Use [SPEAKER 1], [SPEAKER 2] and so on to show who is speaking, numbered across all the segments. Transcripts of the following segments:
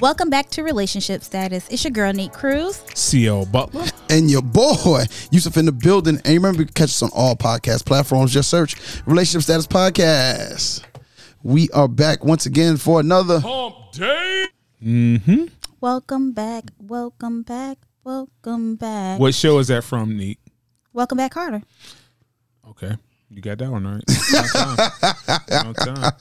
[SPEAKER 1] Welcome back to Relationship Status. It's your girl, Nate Cruz.
[SPEAKER 2] CL Butler.
[SPEAKER 3] and your boy Yusuf in the building. And remember, you can catch us on all podcast platforms. Just search Relationship Status Podcast. We are back once again for another.
[SPEAKER 2] Pump day.
[SPEAKER 1] Welcome back. Welcome back. Welcome back.
[SPEAKER 2] What show is that from, Neat?
[SPEAKER 1] Welcome back, Carter.
[SPEAKER 2] Okay. You got that one right. About time. About time.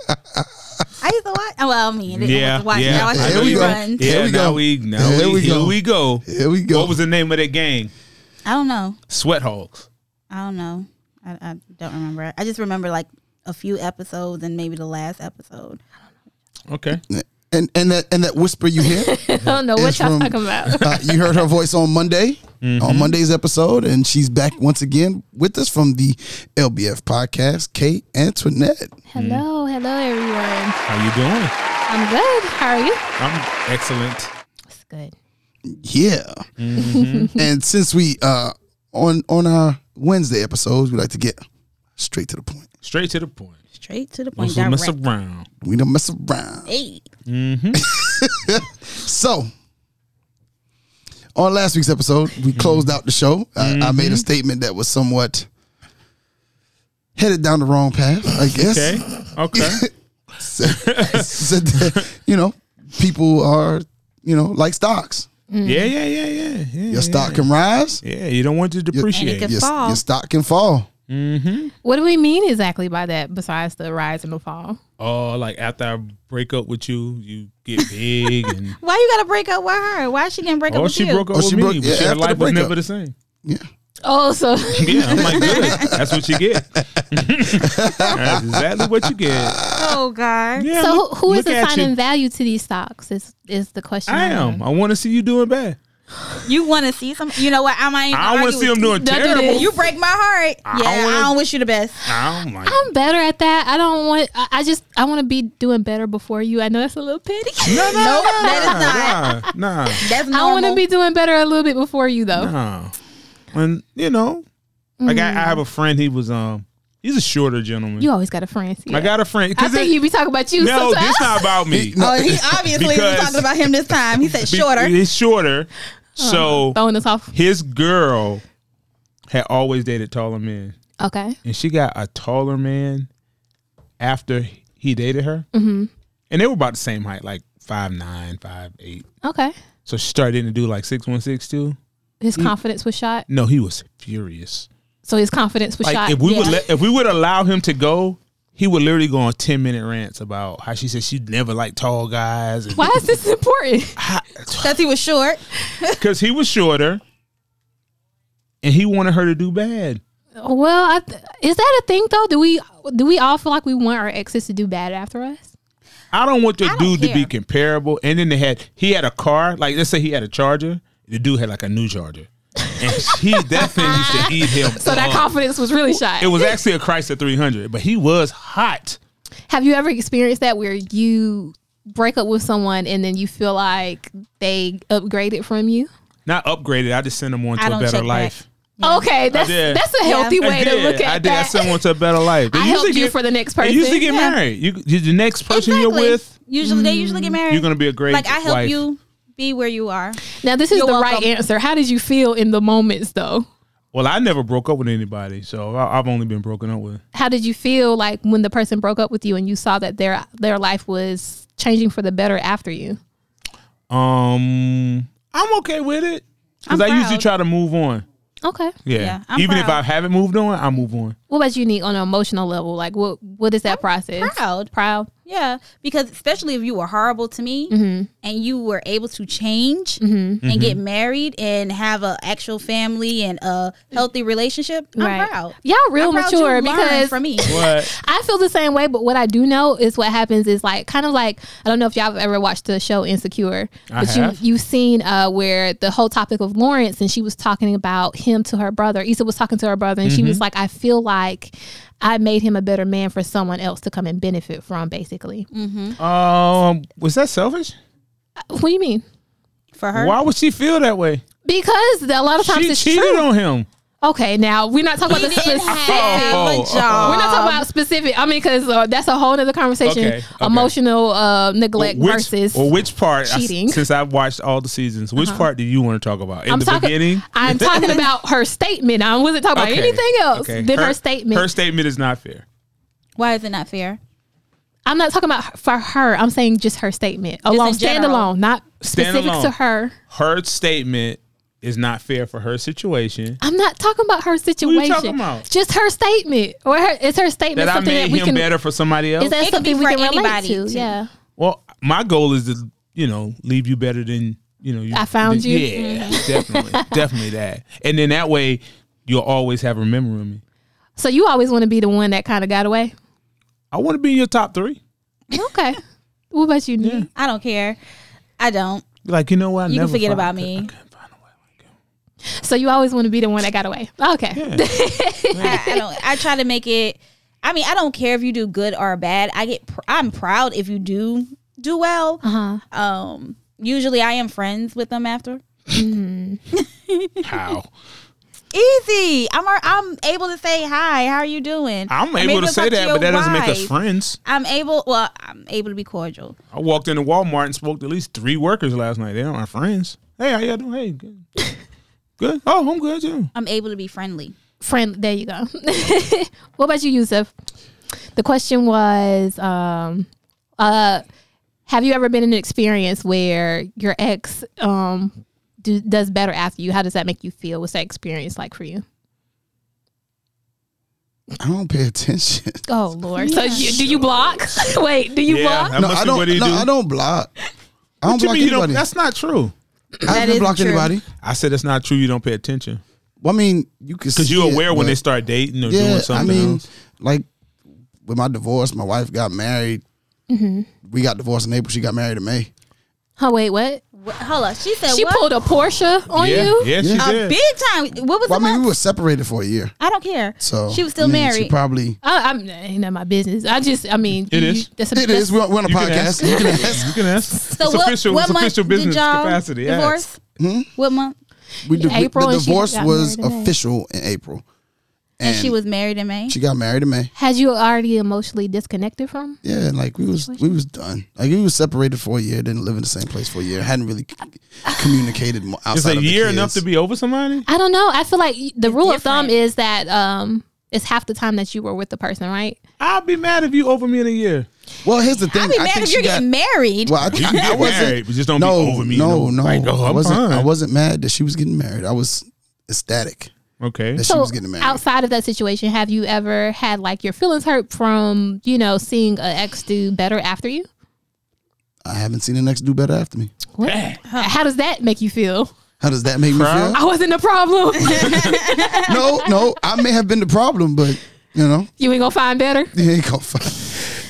[SPEAKER 1] I used to watch. oh, Well, I mean, I
[SPEAKER 2] Yeah,
[SPEAKER 1] watch.
[SPEAKER 2] yeah.
[SPEAKER 1] Now I
[SPEAKER 3] Here
[SPEAKER 1] see
[SPEAKER 3] we
[SPEAKER 1] the
[SPEAKER 3] go.
[SPEAKER 1] runs.
[SPEAKER 3] Here
[SPEAKER 2] Yeah,
[SPEAKER 3] we
[SPEAKER 2] now
[SPEAKER 3] go.
[SPEAKER 2] we now
[SPEAKER 3] Here
[SPEAKER 2] we,
[SPEAKER 3] we
[SPEAKER 2] here
[SPEAKER 3] go.
[SPEAKER 2] we go.
[SPEAKER 3] Here we go.
[SPEAKER 2] What was the name of that gang?
[SPEAKER 1] I don't know.
[SPEAKER 2] Sweat Hogs.
[SPEAKER 1] I don't know. I, I don't remember. I just remember like a few episodes and maybe the last episode.
[SPEAKER 2] Okay.
[SPEAKER 3] and and that and that whisper you hear,
[SPEAKER 4] I don't know
[SPEAKER 3] It's
[SPEAKER 4] what y'all
[SPEAKER 3] from-
[SPEAKER 4] talking about. Mm-hmm.
[SPEAKER 3] uh, you heard her voice on Monday, on Monday's episode, and she's back once again with us from the LBF podcast. Kate Antoinette,
[SPEAKER 4] hello, hello everyone.
[SPEAKER 2] How you doing?
[SPEAKER 4] I'm good. How are you?
[SPEAKER 2] I'm excellent.
[SPEAKER 4] It's good.
[SPEAKER 3] yeah.
[SPEAKER 4] Mm-hmm.
[SPEAKER 3] and since we uh on on our Wednesday episodes, we like to get straight to the point.
[SPEAKER 2] Straight to the point.
[SPEAKER 1] Straight to the point.
[SPEAKER 2] Don't mess
[SPEAKER 1] Direct.
[SPEAKER 2] around.
[SPEAKER 3] We don't mess around.
[SPEAKER 1] Hey,
[SPEAKER 3] So, on last week's episode, we
[SPEAKER 2] Mm-hmm.
[SPEAKER 3] closed out the show. I, I made a statement that was somewhat headed down the wrong path, I guess.
[SPEAKER 2] Okay. Okay.
[SPEAKER 3] Said that, you know, people are, you know, like stocks.
[SPEAKER 2] yeah, yeah, yeah, yeah. yeah
[SPEAKER 3] Your stock can rise,
[SPEAKER 2] Yeah, you don't want to depreciate. Mm-hmm.
[SPEAKER 1] And it
[SPEAKER 3] your,
[SPEAKER 1] Fall.
[SPEAKER 3] your stock can fall.
[SPEAKER 4] What do we mean exactly by that besides the rise and the fall?
[SPEAKER 2] oh, like after I break up with you, you get big and
[SPEAKER 1] why you gotta break up with her? Why she didn't break up
[SPEAKER 2] Oh,
[SPEAKER 1] with
[SPEAKER 2] she
[SPEAKER 1] you?
[SPEAKER 2] broke up
[SPEAKER 3] Oh,
[SPEAKER 2] with
[SPEAKER 3] she
[SPEAKER 2] me,
[SPEAKER 3] broke-
[SPEAKER 2] but
[SPEAKER 3] yeah,
[SPEAKER 2] she- her
[SPEAKER 3] after the
[SPEAKER 2] life was
[SPEAKER 3] breakup.
[SPEAKER 2] never the same.
[SPEAKER 3] Yeah.
[SPEAKER 4] Oh, so
[SPEAKER 2] Yeah, I'm like, good. That's what you get. That's exactly what you get.
[SPEAKER 1] Oh God.
[SPEAKER 2] Yeah,
[SPEAKER 4] so
[SPEAKER 2] look-
[SPEAKER 4] who who is
[SPEAKER 2] look at
[SPEAKER 4] assigning
[SPEAKER 2] you.
[SPEAKER 4] value to these stocks is is the question.
[SPEAKER 2] I am. I want to see you doing bad.
[SPEAKER 1] You want to see some? You know what? I might.
[SPEAKER 2] I want to see
[SPEAKER 1] them
[SPEAKER 2] them doing
[SPEAKER 4] Don't do
[SPEAKER 2] terrible. Oh
[SPEAKER 4] this.
[SPEAKER 1] You break my heart.
[SPEAKER 2] I
[SPEAKER 1] yeah,
[SPEAKER 2] wanna-
[SPEAKER 1] I don't wish you the best.
[SPEAKER 2] I'm like,
[SPEAKER 4] I'm better at that. I don't want. I, I just I want to be doing better before you. I know that's a little petty.
[SPEAKER 2] no, no,
[SPEAKER 1] Nope,
[SPEAKER 2] no, nah, nah,
[SPEAKER 1] That's
[SPEAKER 4] I
[SPEAKER 1] normal.
[SPEAKER 4] want to be doing better a little bit before you though.
[SPEAKER 2] nah. And you know, like I, I have a friend. He was um, he's a shorter gentleman.
[SPEAKER 4] Mm. You always got a friend.
[SPEAKER 2] I got a friend.
[SPEAKER 4] I
[SPEAKER 2] 'cause
[SPEAKER 4] think
[SPEAKER 2] it-
[SPEAKER 4] you be talking about you
[SPEAKER 2] no,
[SPEAKER 4] sometimes.
[SPEAKER 2] this not about me.
[SPEAKER 1] Oh, he obviously was
[SPEAKER 2] Because-
[SPEAKER 1] talking about him this time. He said
[SPEAKER 2] Be-
[SPEAKER 1] shorter.
[SPEAKER 2] He's shorter.
[SPEAKER 4] Oh.
[SPEAKER 2] So
[SPEAKER 4] Throwing us off.
[SPEAKER 2] his girl had always dated taller men.
[SPEAKER 4] Okay.
[SPEAKER 2] and she got a taller man after he dated her, mm-hmm. and they were about the same height, like five nine, five eight.
[SPEAKER 4] Okay.
[SPEAKER 2] So she started dating to do like six one, six two.
[SPEAKER 4] His confidence was shot.
[SPEAKER 2] No, he was furious.
[SPEAKER 4] So his confidence was
[SPEAKER 2] Like
[SPEAKER 4] shot.
[SPEAKER 2] if we would
[SPEAKER 4] Yeah.
[SPEAKER 2] let, if we would allow him to go, he would literally go on ten minute rants about how she said she never liked tall guys.
[SPEAKER 4] Why is this important?
[SPEAKER 1] Because he was short.
[SPEAKER 2] Because he was shorter, and he wanted her to do bad.
[SPEAKER 4] well, I th- is that a thing though? Do we do we all feel like we want our exes to do bad after us?
[SPEAKER 2] I don't want the
[SPEAKER 1] don't
[SPEAKER 2] dude to be
[SPEAKER 1] care.
[SPEAKER 2] comparable. And then they had he had a car. Like let's say he had a charger. The dude had like a new charger, and he that thing used to eat him.
[SPEAKER 4] So that
[SPEAKER 2] up.
[SPEAKER 4] confidence was really shot.
[SPEAKER 2] Uh, It was actually a Chrysler 300, but he was hot.
[SPEAKER 4] Have you ever experienced that where you break up with someone and then you feel like they upgraded from you?
[SPEAKER 2] Not upgraded. I just sent him on to
[SPEAKER 1] I
[SPEAKER 2] a
[SPEAKER 1] don't
[SPEAKER 2] better
[SPEAKER 1] check
[SPEAKER 2] life.
[SPEAKER 4] Okay, that's
[SPEAKER 2] did.
[SPEAKER 4] that's a healthy
[SPEAKER 2] I
[SPEAKER 4] way to
[SPEAKER 2] did.
[SPEAKER 4] look at
[SPEAKER 2] I did. I
[SPEAKER 4] that.
[SPEAKER 2] sent one to a better life. They
[SPEAKER 4] I
[SPEAKER 2] usually
[SPEAKER 4] helped you for the next
[SPEAKER 2] They usually
[SPEAKER 4] person.
[SPEAKER 2] get
[SPEAKER 1] Yeah.
[SPEAKER 2] married. You, you- the next person you're
[SPEAKER 1] Exactly.
[SPEAKER 2] with, Mm.
[SPEAKER 1] Usually they usually get married.
[SPEAKER 2] you're gonna be a great.
[SPEAKER 1] like I help
[SPEAKER 2] wife.
[SPEAKER 1] you be where you are.
[SPEAKER 4] now this is
[SPEAKER 1] You're
[SPEAKER 4] the right
[SPEAKER 1] welcome.
[SPEAKER 4] answer. How did you feel in the moments though?
[SPEAKER 2] Well, I never broke up with anybody, so I, I've only been broken up with.
[SPEAKER 4] How did you feel like when the person broke up with you and you saw that their their life was changing for the better after you?
[SPEAKER 2] Um, I'm okay with it because
[SPEAKER 1] I'm
[SPEAKER 2] I usually
[SPEAKER 1] proud.
[SPEAKER 2] try to move on.
[SPEAKER 4] Okay.
[SPEAKER 2] Yeah.
[SPEAKER 1] Yeah, I'm
[SPEAKER 2] Even if
[SPEAKER 1] proud.
[SPEAKER 2] I haven't moved on, I move on.
[SPEAKER 4] What about you need on an emotional level? Like what what is that process?
[SPEAKER 1] proud.
[SPEAKER 4] Proud.
[SPEAKER 1] Yeah, because especially if you were horrible to me
[SPEAKER 4] Mm-hmm.
[SPEAKER 1] and you were able to change and get
[SPEAKER 2] Mm-hmm.
[SPEAKER 1] married and have a actual family and a healthy relationship, I'm proud.
[SPEAKER 4] Y'all real
[SPEAKER 1] I'm proud you
[SPEAKER 4] mature
[SPEAKER 1] learned
[SPEAKER 4] because
[SPEAKER 1] from me.
[SPEAKER 2] But
[SPEAKER 4] I feel the same way, but what I do know is what happens is like kind of like I don't know if y'all have ever watched the show Insecure,
[SPEAKER 2] I
[SPEAKER 4] but
[SPEAKER 2] have.
[SPEAKER 4] you you've seen uh, where the whole topic of Lawrence and she was talking about him to her brother. Issa was talking to her brother, and she
[SPEAKER 2] Mm-hmm.
[SPEAKER 4] was like, "I feel like I made him a better man for someone else to come and benefit from." Basically,
[SPEAKER 1] Mm.
[SPEAKER 2] um, was that selfish?
[SPEAKER 4] what do you mean?
[SPEAKER 1] For her,
[SPEAKER 2] Why would she feel that way?
[SPEAKER 4] Because a lot of times
[SPEAKER 2] She
[SPEAKER 4] it's
[SPEAKER 2] cheated
[SPEAKER 4] true.
[SPEAKER 2] on him.
[SPEAKER 4] Okay, now we're not talking about the
[SPEAKER 1] didn't
[SPEAKER 4] specific.
[SPEAKER 1] have
[SPEAKER 2] Oh,
[SPEAKER 1] a
[SPEAKER 2] oh, oh.
[SPEAKER 1] job.
[SPEAKER 4] We're not talking about specific. I mean, because uh, that's a whole nother conversation.
[SPEAKER 2] Okay, okay.
[SPEAKER 4] Emotional uh, neglect
[SPEAKER 2] Well, which,
[SPEAKER 4] versus.
[SPEAKER 2] well, which part? I s-
[SPEAKER 4] cheating. Uh-huh.
[SPEAKER 2] since I've watched all the seasons, which part do you want to talk about? In
[SPEAKER 4] I'm
[SPEAKER 2] the
[SPEAKER 4] talking.
[SPEAKER 2] beginning.
[SPEAKER 4] I'm talking about her statement. I wasn't talking
[SPEAKER 2] Okay,
[SPEAKER 4] about anything else
[SPEAKER 2] okay.
[SPEAKER 4] than her, statement.
[SPEAKER 2] Her statement is not fair.
[SPEAKER 1] Why is it not fair?
[SPEAKER 4] I'm not talking about her- for her. I'm saying just her statement alone,
[SPEAKER 1] general.
[SPEAKER 4] standalone, not specific
[SPEAKER 2] Standalone.
[SPEAKER 4] to her.
[SPEAKER 2] Her statement is not fair for her situation.
[SPEAKER 4] I'm not talking about her situation.
[SPEAKER 2] you talking about?
[SPEAKER 4] Just her statement, or her, is her statement
[SPEAKER 2] That I
[SPEAKER 4] something
[SPEAKER 2] made
[SPEAKER 4] that we
[SPEAKER 2] him
[SPEAKER 4] can?
[SPEAKER 2] better for somebody else.
[SPEAKER 4] Is that
[SPEAKER 1] It could
[SPEAKER 4] something
[SPEAKER 1] be
[SPEAKER 4] we
[SPEAKER 1] for
[SPEAKER 4] can relate
[SPEAKER 1] anybody,
[SPEAKER 4] to?
[SPEAKER 1] too.
[SPEAKER 4] Yeah.
[SPEAKER 2] well, my goal is to you know leave you better than you know. You,
[SPEAKER 4] I found
[SPEAKER 2] than-
[SPEAKER 4] you.
[SPEAKER 2] Yeah,
[SPEAKER 1] Mm.
[SPEAKER 2] definitely, definitely that. And then that way, you'll always have a memory of me.
[SPEAKER 4] So you always want to be the one that kind of got away.
[SPEAKER 2] I want to be in your top three.
[SPEAKER 4] Okay. what about you, Nick?
[SPEAKER 1] I don't care. I don't.
[SPEAKER 2] You're Like you know what? I
[SPEAKER 1] You can
[SPEAKER 2] never
[SPEAKER 1] forget
[SPEAKER 2] found-
[SPEAKER 1] about me.
[SPEAKER 2] I couldn't find a way.
[SPEAKER 4] So you always want to be the one that got away. Oh, Okay.
[SPEAKER 1] I, I don't. I try to make it. I mean, I don't care if you do good or bad. I get. Pr- I'm proud if you do do well.
[SPEAKER 4] Uh-huh.
[SPEAKER 1] Um, usually I am friends with them after.
[SPEAKER 2] How?
[SPEAKER 1] Easy. I'm. ar- I'm able to say hi. How are you doing?
[SPEAKER 2] I'm able to say
[SPEAKER 1] talk
[SPEAKER 2] that,
[SPEAKER 1] your
[SPEAKER 2] but that doesn't make us
[SPEAKER 1] wife.
[SPEAKER 2] friends.
[SPEAKER 1] I'm able. Well, I'm able to be cordial.
[SPEAKER 2] I walked into Walmart and spoke to at least three workers last night. They're not my friends. Hey, how you doing? Hey, good. good. Oh, I'm good too.
[SPEAKER 1] I'm able to be friendly.
[SPEAKER 4] Friend, there you go. what about you, Yusuf? The question was, um, uh, have you ever been in an experience where your ex um, do, does better after you? How does that make you feel? What's that experience like for you?
[SPEAKER 3] I don't pay attention.
[SPEAKER 4] Oh Lord! So you, do you block? Wait, do you
[SPEAKER 2] Yeah,
[SPEAKER 4] block?
[SPEAKER 2] that
[SPEAKER 3] No,
[SPEAKER 2] must
[SPEAKER 3] I
[SPEAKER 2] be
[SPEAKER 3] don't.
[SPEAKER 2] what he
[SPEAKER 3] no,
[SPEAKER 2] do.
[SPEAKER 3] I don't block. I don't
[SPEAKER 2] What you
[SPEAKER 3] block
[SPEAKER 2] mean you don't-
[SPEAKER 3] anybody.
[SPEAKER 2] that's not true.
[SPEAKER 3] I
[SPEAKER 1] That
[SPEAKER 3] haven't
[SPEAKER 1] is
[SPEAKER 3] blocked
[SPEAKER 1] true.
[SPEAKER 3] anybody.
[SPEAKER 2] I said it's not true. You don't pay attention
[SPEAKER 3] Well, I mean, you can
[SPEAKER 2] because
[SPEAKER 3] see
[SPEAKER 2] you're
[SPEAKER 3] it,
[SPEAKER 2] aware when
[SPEAKER 3] but-
[SPEAKER 2] they start dating or doing something
[SPEAKER 3] I mean,
[SPEAKER 2] else.
[SPEAKER 3] like with my divorce, my wife got married.
[SPEAKER 1] Mm-hmm.
[SPEAKER 3] We got divorced in April. She got married in May.
[SPEAKER 4] Oh wait, what?
[SPEAKER 1] Wh- Hold on. She said
[SPEAKER 4] She
[SPEAKER 1] what?
[SPEAKER 4] pulled a Porsche on
[SPEAKER 2] yeah,
[SPEAKER 4] you.
[SPEAKER 2] yeah, she
[SPEAKER 3] Yeah.
[SPEAKER 1] a
[SPEAKER 2] did.
[SPEAKER 1] big time. What was
[SPEAKER 3] Well,
[SPEAKER 1] the
[SPEAKER 3] I mean,
[SPEAKER 1] month?
[SPEAKER 3] we were separated for a year,
[SPEAKER 1] I don't care.
[SPEAKER 3] so
[SPEAKER 1] she was still
[SPEAKER 3] I mean,
[SPEAKER 1] married.
[SPEAKER 3] She probably
[SPEAKER 4] I, I'm ain't none of my business. I just, I mean,
[SPEAKER 2] It
[SPEAKER 4] you-
[SPEAKER 2] is.
[SPEAKER 4] That's a,
[SPEAKER 3] it
[SPEAKER 4] that's-
[SPEAKER 3] is. We're, we're on a
[SPEAKER 2] You can ask.
[SPEAKER 3] podcast. You can ask.
[SPEAKER 2] You can ask.
[SPEAKER 1] so
[SPEAKER 2] it's
[SPEAKER 1] what,
[SPEAKER 2] official.
[SPEAKER 1] what
[SPEAKER 2] it's
[SPEAKER 1] month
[SPEAKER 2] official business
[SPEAKER 1] did y'all
[SPEAKER 2] capacity. Hmm? Ask.
[SPEAKER 1] Divorce. What month?
[SPEAKER 3] We di-
[SPEAKER 4] April
[SPEAKER 3] the
[SPEAKER 4] and she
[SPEAKER 3] divorce
[SPEAKER 4] got
[SPEAKER 3] was
[SPEAKER 4] married in May.
[SPEAKER 3] official in April,
[SPEAKER 1] And, she was married in May.
[SPEAKER 3] she got married in May.
[SPEAKER 4] Had you already emotionally disconnected from?
[SPEAKER 3] Yeah, and, like we was we was done. Like we was separated for a year. Didn't live in the same place for a year. Hadn't really c- communicated mo-
[SPEAKER 2] Is
[SPEAKER 3] outside.
[SPEAKER 2] a
[SPEAKER 3] of the
[SPEAKER 2] year
[SPEAKER 3] kids.
[SPEAKER 2] enough to be over somebody?
[SPEAKER 4] I don't know. I feel like y- the rule of thumb
[SPEAKER 1] different.
[SPEAKER 4] is that um, it's half the time that you were with the person, right?
[SPEAKER 2] I'll be mad if you over me in a year.
[SPEAKER 3] Well, here's the thing.
[SPEAKER 1] I'd be
[SPEAKER 3] I
[SPEAKER 1] mad
[SPEAKER 3] think
[SPEAKER 1] if
[SPEAKER 3] she
[SPEAKER 1] you're
[SPEAKER 3] got,
[SPEAKER 1] getting married.
[SPEAKER 3] Well, I,
[SPEAKER 2] You can
[SPEAKER 3] I, I
[SPEAKER 2] get
[SPEAKER 3] wasn't.
[SPEAKER 2] married, but just don't
[SPEAKER 3] no,
[SPEAKER 2] be over me.
[SPEAKER 3] no, no.
[SPEAKER 2] Like, oh,
[SPEAKER 3] I
[SPEAKER 2] I'm
[SPEAKER 3] wasn't. I
[SPEAKER 2] fine.
[SPEAKER 3] wasn't mad that she was getting married. I was ecstatic
[SPEAKER 2] Okay.
[SPEAKER 3] that she was getting married.
[SPEAKER 4] outside of that situation, have you ever had like your feelings hurt from you know seeing an ex do better after you?
[SPEAKER 3] I haven't seen the next do better after me.
[SPEAKER 4] What? How does that make you feel?
[SPEAKER 3] How does that make me feel?
[SPEAKER 4] I wasn't the problem.
[SPEAKER 3] No, no. I may have been the problem, but you know,
[SPEAKER 4] you ain't gonna find better.
[SPEAKER 3] you ain't gonna find.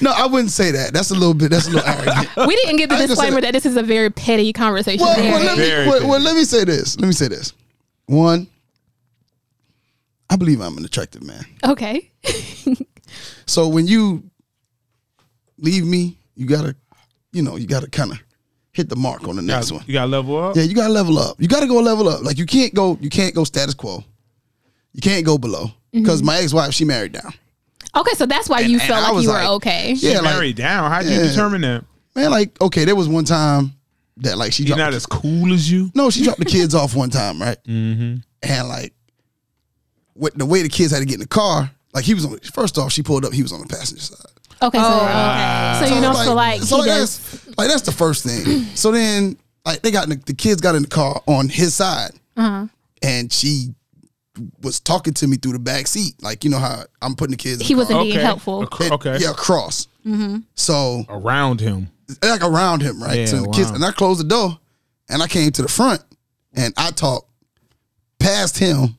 [SPEAKER 3] No, I wouldn't say that. That's a little bit. That's a little arrogant.
[SPEAKER 4] We didn't get the
[SPEAKER 3] I just said
[SPEAKER 4] disclaimer
[SPEAKER 3] that-
[SPEAKER 4] that this is a very petty conversation.
[SPEAKER 3] Well,
[SPEAKER 4] Very.
[SPEAKER 3] well, let
[SPEAKER 2] Very
[SPEAKER 3] me, well,
[SPEAKER 2] petty.
[SPEAKER 3] well, let me say this. Let me say this. One, I believe I'm an attractive man.
[SPEAKER 4] okay.
[SPEAKER 3] So when you leave me, you gotta, you know, you gotta kind of hit the mark on the next one.
[SPEAKER 2] You got to level up.
[SPEAKER 3] Yeah, you gotta level up. You gotta go level up. Like you can't go, you can't go status quo. You can't go below because my ex-wife she married down.
[SPEAKER 4] Okay, so that's why you
[SPEAKER 3] and I
[SPEAKER 4] felt like
[SPEAKER 3] was
[SPEAKER 4] you were
[SPEAKER 3] like-
[SPEAKER 4] okay.
[SPEAKER 3] Yeah, like
[SPEAKER 2] married down. How do you
[SPEAKER 3] Yeah.
[SPEAKER 2] determine that?
[SPEAKER 3] man, like okay, there was one time that like she
[SPEAKER 2] He's
[SPEAKER 3] dropped.
[SPEAKER 2] not as cool as you.
[SPEAKER 3] no, she dropped the kids off one time, right? Mm-hmm. And like, what the way the kids had to get in the car, like he was on. First off, she pulled up. He was on the passenger side.
[SPEAKER 4] Okay, so,
[SPEAKER 3] Oh.
[SPEAKER 4] okay. so you don't feel like
[SPEAKER 3] so
[SPEAKER 4] he does.
[SPEAKER 3] that's like that's the first thing. so then like they got in the, the kids got in the car on his side,
[SPEAKER 4] Uh-huh.
[SPEAKER 3] and she was talking to me through the back seat, like you know how I'm putting the kids. in
[SPEAKER 4] He Mm-hmm.
[SPEAKER 3] the
[SPEAKER 4] wasn't
[SPEAKER 3] car.
[SPEAKER 4] being helpful.
[SPEAKER 2] Acro- okay.
[SPEAKER 3] yeah, across. So
[SPEAKER 2] Around him.
[SPEAKER 3] like around him, right?
[SPEAKER 2] Yeah,
[SPEAKER 3] so the kids
[SPEAKER 2] wow.
[SPEAKER 3] and I closed the door, and I came to the front, and I talked past him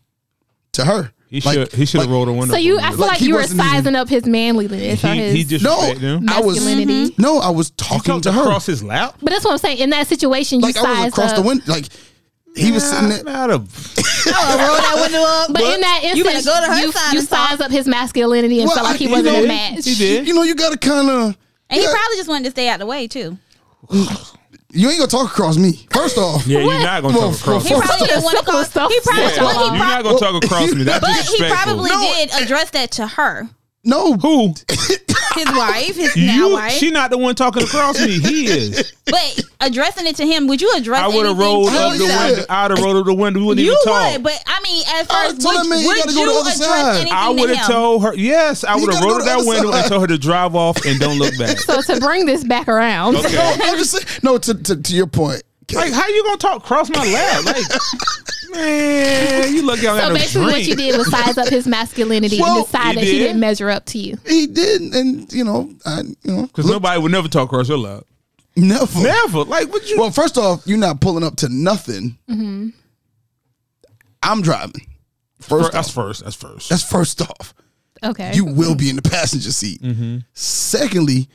[SPEAKER 3] to her.
[SPEAKER 2] He
[SPEAKER 3] Like-
[SPEAKER 2] should. He should have
[SPEAKER 3] like-
[SPEAKER 2] rolled a window.
[SPEAKER 4] So you,
[SPEAKER 2] for
[SPEAKER 4] I
[SPEAKER 2] him.
[SPEAKER 4] feel
[SPEAKER 3] Like,
[SPEAKER 4] like,
[SPEAKER 3] he
[SPEAKER 4] you were
[SPEAKER 3] wasn't even-
[SPEAKER 4] sizing up his manliness or his
[SPEAKER 2] he, he just
[SPEAKER 3] No,
[SPEAKER 2] him.
[SPEAKER 3] I was Mm-hmm.
[SPEAKER 4] masculinity.
[SPEAKER 3] no, I was
[SPEAKER 2] He
[SPEAKER 3] talking
[SPEAKER 2] talked
[SPEAKER 3] to her.
[SPEAKER 2] across his lap.
[SPEAKER 4] But that's what I'm saying. In that situation, you
[SPEAKER 3] Like I was
[SPEAKER 4] sized
[SPEAKER 3] across
[SPEAKER 4] up.
[SPEAKER 3] the window. Like he was sitting there.
[SPEAKER 2] Not a,
[SPEAKER 1] Oh, roll that window up.
[SPEAKER 4] But in that
[SPEAKER 1] you better
[SPEAKER 4] instance, you,
[SPEAKER 1] go to her
[SPEAKER 4] you,
[SPEAKER 1] side and talk.
[SPEAKER 4] sized up his masculinity and
[SPEAKER 3] Well,
[SPEAKER 4] felt
[SPEAKER 3] I-
[SPEAKER 4] like he
[SPEAKER 3] you
[SPEAKER 4] wasn't
[SPEAKER 3] know,
[SPEAKER 4] a match.
[SPEAKER 2] He did.
[SPEAKER 3] you know, you gotta kind of.
[SPEAKER 1] and he probably just wanted to stay out the way too.
[SPEAKER 3] You ain't gonna talk across me. First off,
[SPEAKER 2] Yeah, you're not gonna
[SPEAKER 3] Well,
[SPEAKER 2] talk across.
[SPEAKER 1] He
[SPEAKER 2] me.
[SPEAKER 3] well,
[SPEAKER 1] probably didn't want to call.
[SPEAKER 4] Stuff.
[SPEAKER 1] He probably,
[SPEAKER 4] Yeah.
[SPEAKER 1] well,
[SPEAKER 2] You're
[SPEAKER 1] he
[SPEAKER 2] not
[SPEAKER 1] prob-
[SPEAKER 2] gonna talk across me. That's
[SPEAKER 1] but he
[SPEAKER 2] disrespectful.
[SPEAKER 1] probably
[SPEAKER 3] No.
[SPEAKER 1] did address that to her,
[SPEAKER 3] no.
[SPEAKER 2] Who?
[SPEAKER 1] his wife, his now
[SPEAKER 2] You?
[SPEAKER 1] wife.
[SPEAKER 2] She not the one talking across me. He is.
[SPEAKER 1] but addressing it to him, would you address?
[SPEAKER 2] I would
[SPEAKER 1] anything
[SPEAKER 2] have rolled
[SPEAKER 1] to
[SPEAKER 2] up the
[SPEAKER 1] yourself?
[SPEAKER 2] window. I'd have rolled up the window. We wouldn't
[SPEAKER 1] You
[SPEAKER 2] even talk.
[SPEAKER 1] would, but I mean, at
[SPEAKER 3] I
[SPEAKER 1] first,
[SPEAKER 3] told
[SPEAKER 1] would,
[SPEAKER 3] that man you
[SPEAKER 1] would
[SPEAKER 3] gotta
[SPEAKER 1] you
[SPEAKER 3] go to the other
[SPEAKER 1] address
[SPEAKER 3] side.
[SPEAKER 1] anything
[SPEAKER 2] I
[SPEAKER 1] to
[SPEAKER 2] would
[SPEAKER 1] him?
[SPEAKER 2] have told her. Yes, I would have
[SPEAKER 3] gotta go
[SPEAKER 2] rolled up
[SPEAKER 3] to the
[SPEAKER 2] that
[SPEAKER 3] other
[SPEAKER 2] window and
[SPEAKER 3] side.
[SPEAKER 2] told her to drive off and don't look back.
[SPEAKER 4] So to bring this back around,
[SPEAKER 2] Okay.
[SPEAKER 3] I'm just saying- no, to, to, to your point.
[SPEAKER 2] Like, how you gonna talk cross my lap? Like, man, you lucky I
[SPEAKER 4] so
[SPEAKER 2] don't
[SPEAKER 4] basically,
[SPEAKER 2] have no
[SPEAKER 4] what you
[SPEAKER 2] drink.
[SPEAKER 4] did was size up his masculinity
[SPEAKER 3] Well,
[SPEAKER 4] and decide
[SPEAKER 2] he
[SPEAKER 4] that he
[SPEAKER 2] did.
[SPEAKER 4] didn't measure up to you.
[SPEAKER 3] He did, and you know, I you know
[SPEAKER 2] Because nobody would never talk cross your lap.
[SPEAKER 3] never.
[SPEAKER 2] Never. Like, what you?
[SPEAKER 3] Well, first off, you're not pulling up to nothing. I'm driving. First
[SPEAKER 2] that's
[SPEAKER 3] off,
[SPEAKER 2] first. That's first.
[SPEAKER 3] that's first off.
[SPEAKER 4] Okay.
[SPEAKER 3] You will be in the passenger seat.
[SPEAKER 2] Mm-hmm.
[SPEAKER 3] Secondly,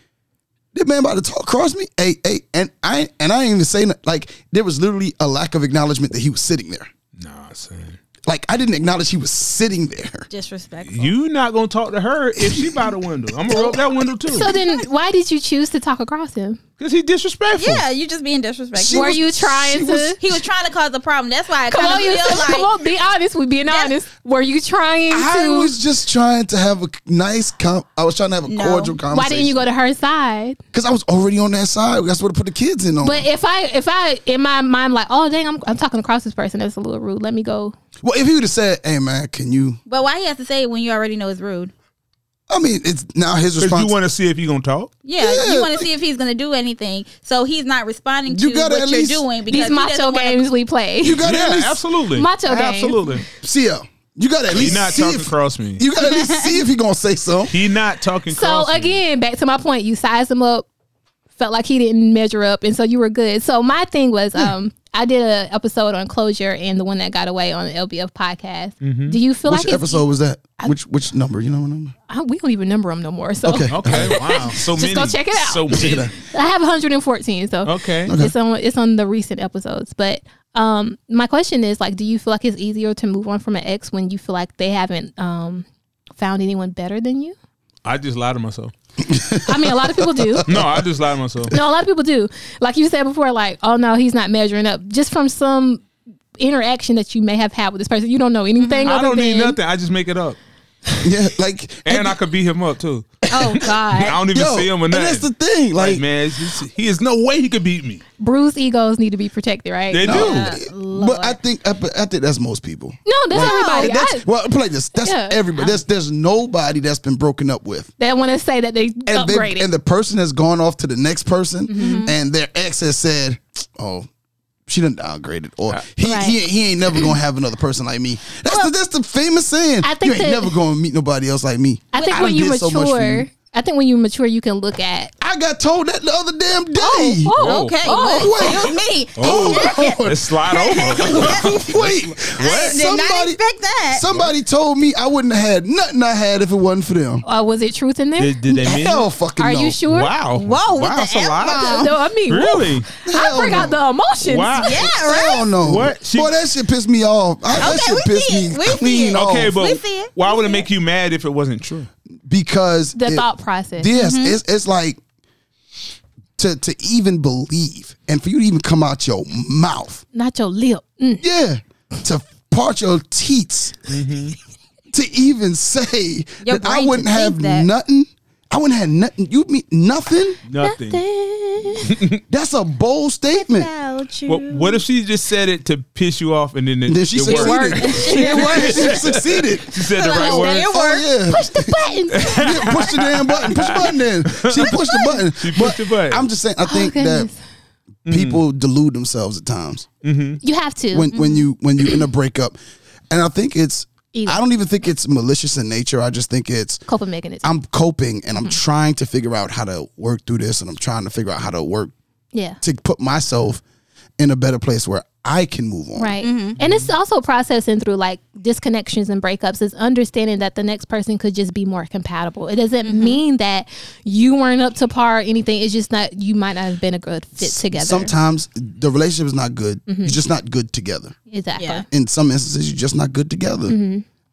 [SPEAKER 3] that man about to talk across me. Hey, hey, and I and I ain't even saying like there was literally a lack of acknowledgement that he was sitting there.
[SPEAKER 2] nah, son.
[SPEAKER 3] Like I didn't acknowledge he was sitting there.
[SPEAKER 1] Disrespectful.
[SPEAKER 2] You not gonna talk to her if she by the window. I'm gonna roll up that window too.
[SPEAKER 4] so then, why did you choose to talk across him?
[SPEAKER 2] Cause he disrespectful.
[SPEAKER 1] Yeah, you just being disrespectful.
[SPEAKER 3] She
[SPEAKER 4] Were
[SPEAKER 3] was-
[SPEAKER 4] you trying
[SPEAKER 3] she
[SPEAKER 4] to?
[SPEAKER 3] was-
[SPEAKER 1] he was trying to cause a problem. That's why I
[SPEAKER 4] come
[SPEAKER 1] kind
[SPEAKER 4] on,
[SPEAKER 1] of feel
[SPEAKER 4] you, come
[SPEAKER 1] like
[SPEAKER 4] on, be honest. We being honest. Were you trying
[SPEAKER 3] I
[SPEAKER 4] to?
[SPEAKER 3] was just trying to have a nice com. I was trying to have a
[SPEAKER 1] No.
[SPEAKER 3] cordial conversation.
[SPEAKER 4] why didn't you go to her side?
[SPEAKER 3] Because I was already on that side. That's what I put the kids in on.
[SPEAKER 4] But if I, if I, in my mind, like, oh dang, I'm, I'm talking across this person. That's a little rude. Let me go.
[SPEAKER 3] well, if he would have said, "Hey man, can you?"
[SPEAKER 1] But why he has to say it when you already know it's rude?
[SPEAKER 3] I mean, it's now his
[SPEAKER 2] Cause you
[SPEAKER 3] response.
[SPEAKER 2] want to see if you gonna talk.
[SPEAKER 1] Yeah,
[SPEAKER 3] Yeah,
[SPEAKER 1] you want
[SPEAKER 3] like-
[SPEAKER 1] to see if he's going to do anything. So he's not responding to
[SPEAKER 3] You gotta
[SPEAKER 1] what
[SPEAKER 3] at
[SPEAKER 1] you're
[SPEAKER 3] least-
[SPEAKER 1] doing because
[SPEAKER 4] These
[SPEAKER 1] he
[SPEAKER 4] macho
[SPEAKER 1] doesn't wanna-
[SPEAKER 4] games we play.
[SPEAKER 3] You got to at
[SPEAKER 2] Yeah,
[SPEAKER 3] least
[SPEAKER 2] absolutely.
[SPEAKER 4] Macho game.
[SPEAKER 2] absolutely.
[SPEAKER 3] CL. You got to at
[SPEAKER 2] He
[SPEAKER 3] least
[SPEAKER 2] not
[SPEAKER 3] see
[SPEAKER 2] talking
[SPEAKER 3] if,
[SPEAKER 2] cross me.
[SPEAKER 3] You got to at least see if he gonna say something.
[SPEAKER 2] he not talking
[SPEAKER 4] so
[SPEAKER 2] cross me.
[SPEAKER 4] again, back to my point. You sized him up. Felt like he didn't measure up, and so you were good. So my thing was, um, I did a episode on closure and the one that got away on the LBF podcast. Do you feel
[SPEAKER 3] Which
[SPEAKER 4] like
[SPEAKER 3] episode was that? Which which number? You know what number?
[SPEAKER 4] It's, I, we don't even number them no more? So
[SPEAKER 3] Okay.
[SPEAKER 2] Okay, wow. So
[SPEAKER 4] Just
[SPEAKER 2] many.
[SPEAKER 4] go check it out.
[SPEAKER 2] So many.
[SPEAKER 4] I have 114. So
[SPEAKER 2] Okay.
[SPEAKER 4] It's on it's on the recent episodes. But um my question is like do you feel like it's easier to move on from an ex when you feel like they haven't um found anyone better than you?
[SPEAKER 2] I just lied to myself.
[SPEAKER 4] I mean a lot of people do.
[SPEAKER 2] No, I just lied to myself.
[SPEAKER 4] No, a lot of people do. Like you said before, like, oh no, he's not measuring up. Just from some interaction that you may have had with this person. You don't know anything.
[SPEAKER 3] Mm-hmm.
[SPEAKER 2] I
[SPEAKER 4] other
[SPEAKER 2] don't need
[SPEAKER 4] than-
[SPEAKER 2] nothing. I just make it up,
[SPEAKER 3] Yeah, like
[SPEAKER 2] and I could beat him up too.
[SPEAKER 4] Oh
[SPEAKER 2] I
[SPEAKER 4] God.
[SPEAKER 2] don't even
[SPEAKER 3] yo,
[SPEAKER 2] see him or
[SPEAKER 3] and
[SPEAKER 2] nothing.
[SPEAKER 3] that's the thing. Like,
[SPEAKER 2] Like, man, it's- it's- he is no way he could beat me.
[SPEAKER 4] Bruised egos need to be protected, right?
[SPEAKER 2] They
[SPEAKER 4] no,
[SPEAKER 2] do.
[SPEAKER 4] Uh,
[SPEAKER 3] but I think I, I think that's most people.
[SPEAKER 4] that's everybody.
[SPEAKER 3] That's,
[SPEAKER 4] I,
[SPEAKER 3] well, play this. That's
[SPEAKER 4] Oh, Yeah.
[SPEAKER 3] everybody. That's there's nobody that's been broken up with.
[SPEAKER 4] they want to say that they
[SPEAKER 3] and, they-
[SPEAKER 4] upgraded.
[SPEAKER 3] and the person has gone off to the next person,
[SPEAKER 4] Mm-hmm.
[SPEAKER 3] and their ex has said, "Oh, she done downgraded," or he,
[SPEAKER 4] Right.
[SPEAKER 3] he ain't- he ain't never gonna have another person like me. That's the that's the famous saying.
[SPEAKER 4] I think
[SPEAKER 3] you ain't
[SPEAKER 4] that-
[SPEAKER 3] never gonna meet nobody else like me.
[SPEAKER 4] I think
[SPEAKER 3] I
[SPEAKER 4] when
[SPEAKER 3] done
[SPEAKER 4] you
[SPEAKER 3] did
[SPEAKER 4] mature,
[SPEAKER 3] so much for you.
[SPEAKER 4] I think when you mature, you can look at.
[SPEAKER 3] I got told that the other damn day.
[SPEAKER 2] Whoa.
[SPEAKER 1] Okay,
[SPEAKER 4] Oh,
[SPEAKER 1] well,
[SPEAKER 3] wait.
[SPEAKER 1] it was me.
[SPEAKER 3] Oh, Lord.
[SPEAKER 2] Let's slide over.
[SPEAKER 4] oh.
[SPEAKER 3] Wait,
[SPEAKER 1] I did not
[SPEAKER 3] Somebody,
[SPEAKER 1] expect that.
[SPEAKER 3] somebody told me I wouldn't have had nothing I had if it wasn't for them.
[SPEAKER 4] Uh, was it truth in there?
[SPEAKER 2] did, did they mean? it?
[SPEAKER 3] Hell, fucking
[SPEAKER 4] Are
[SPEAKER 3] no.
[SPEAKER 4] you sure? Uh,
[SPEAKER 2] Wow.
[SPEAKER 1] Whoa, with
[SPEAKER 2] Wow,
[SPEAKER 1] the
[SPEAKER 2] that's a
[SPEAKER 1] F-bomb.
[SPEAKER 2] lot.
[SPEAKER 4] No, I mean,
[SPEAKER 2] Really?
[SPEAKER 4] I bring out the emotions.
[SPEAKER 2] Wow.
[SPEAKER 1] Yeah,
[SPEAKER 3] Hell
[SPEAKER 1] right.
[SPEAKER 3] no.
[SPEAKER 2] What? She-
[SPEAKER 3] Boy, that shit pissed me off. I, that
[SPEAKER 1] Okay,
[SPEAKER 3] shit
[SPEAKER 1] we
[SPEAKER 3] pissed
[SPEAKER 1] see it.
[SPEAKER 3] me
[SPEAKER 1] We see
[SPEAKER 3] clean
[SPEAKER 1] it.
[SPEAKER 3] off.
[SPEAKER 2] Okay,
[SPEAKER 1] We
[SPEAKER 2] but
[SPEAKER 1] see it.
[SPEAKER 2] why
[SPEAKER 1] We
[SPEAKER 2] would it
[SPEAKER 1] see
[SPEAKER 2] make you mad if it wasn't true?
[SPEAKER 3] because
[SPEAKER 4] The
[SPEAKER 3] it-
[SPEAKER 4] thought process.
[SPEAKER 3] Yes,
[SPEAKER 1] Mm-hmm.
[SPEAKER 3] it's it's like to to even believe and for you to even come out your mouth.
[SPEAKER 4] Not your lip. Mm.
[SPEAKER 3] Yeah. To part your teats.
[SPEAKER 2] Mm-hmm.
[SPEAKER 3] To even say
[SPEAKER 1] Your
[SPEAKER 3] that I
[SPEAKER 1] brain
[SPEAKER 3] wouldn't
[SPEAKER 1] to think
[SPEAKER 3] have
[SPEAKER 1] that.
[SPEAKER 3] nothing. I wouldn't have nothing. You mean nothing?
[SPEAKER 2] Nothing.
[SPEAKER 4] Mm.
[SPEAKER 3] That's a bold statement.
[SPEAKER 1] Without you.
[SPEAKER 2] What, what if she just said it to piss you off and then it,
[SPEAKER 3] Then she
[SPEAKER 2] it worked?
[SPEAKER 3] succeeded. she succeeded.
[SPEAKER 2] She said the right
[SPEAKER 1] Oh,
[SPEAKER 2] word.
[SPEAKER 1] it worked.
[SPEAKER 3] Oh yeah.
[SPEAKER 4] Push the buttons.
[SPEAKER 3] yeah, push the damn button. Push the button in. She pushed the button.
[SPEAKER 2] She pushed the button.
[SPEAKER 3] I'm just saying, I think that
[SPEAKER 4] goodness.
[SPEAKER 3] people delude themselves at times
[SPEAKER 4] you have to.
[SPEAKER 3] when when you when you in a breakup, and I think it's
[SPEAKER 4] Ego.
[SPEAKER 3] I don't even think it's malicious in nature. I just think it's
[SPEAKER 4] Coping mechanism.
[SPEAKER 3] I'm coping and I'm trying to figure out how to work through this, and I'm trying to figure out how to work
[SPEAKER 4] yeah.
[SPEAKER 3] to put myself in a better place where I can move on.
[SPEAKER 4] Right. And it's also processing through like disconnections and breakups is understanding that the next person could just be more compatible. It doesn't
[SPEAKER 3] Mm-hmm.
[SPEAKER 4] mean that you weren't up to par or anything. It's just not, you might not have been a good fit together.
[SPEAKER 3] Sometimes the relationship is not good. You're just not good together.
[SPEAKER 4] Exactly.
[SPEAKER 1] Yeah.
[SPEAKER 3] in some instances you're just not good together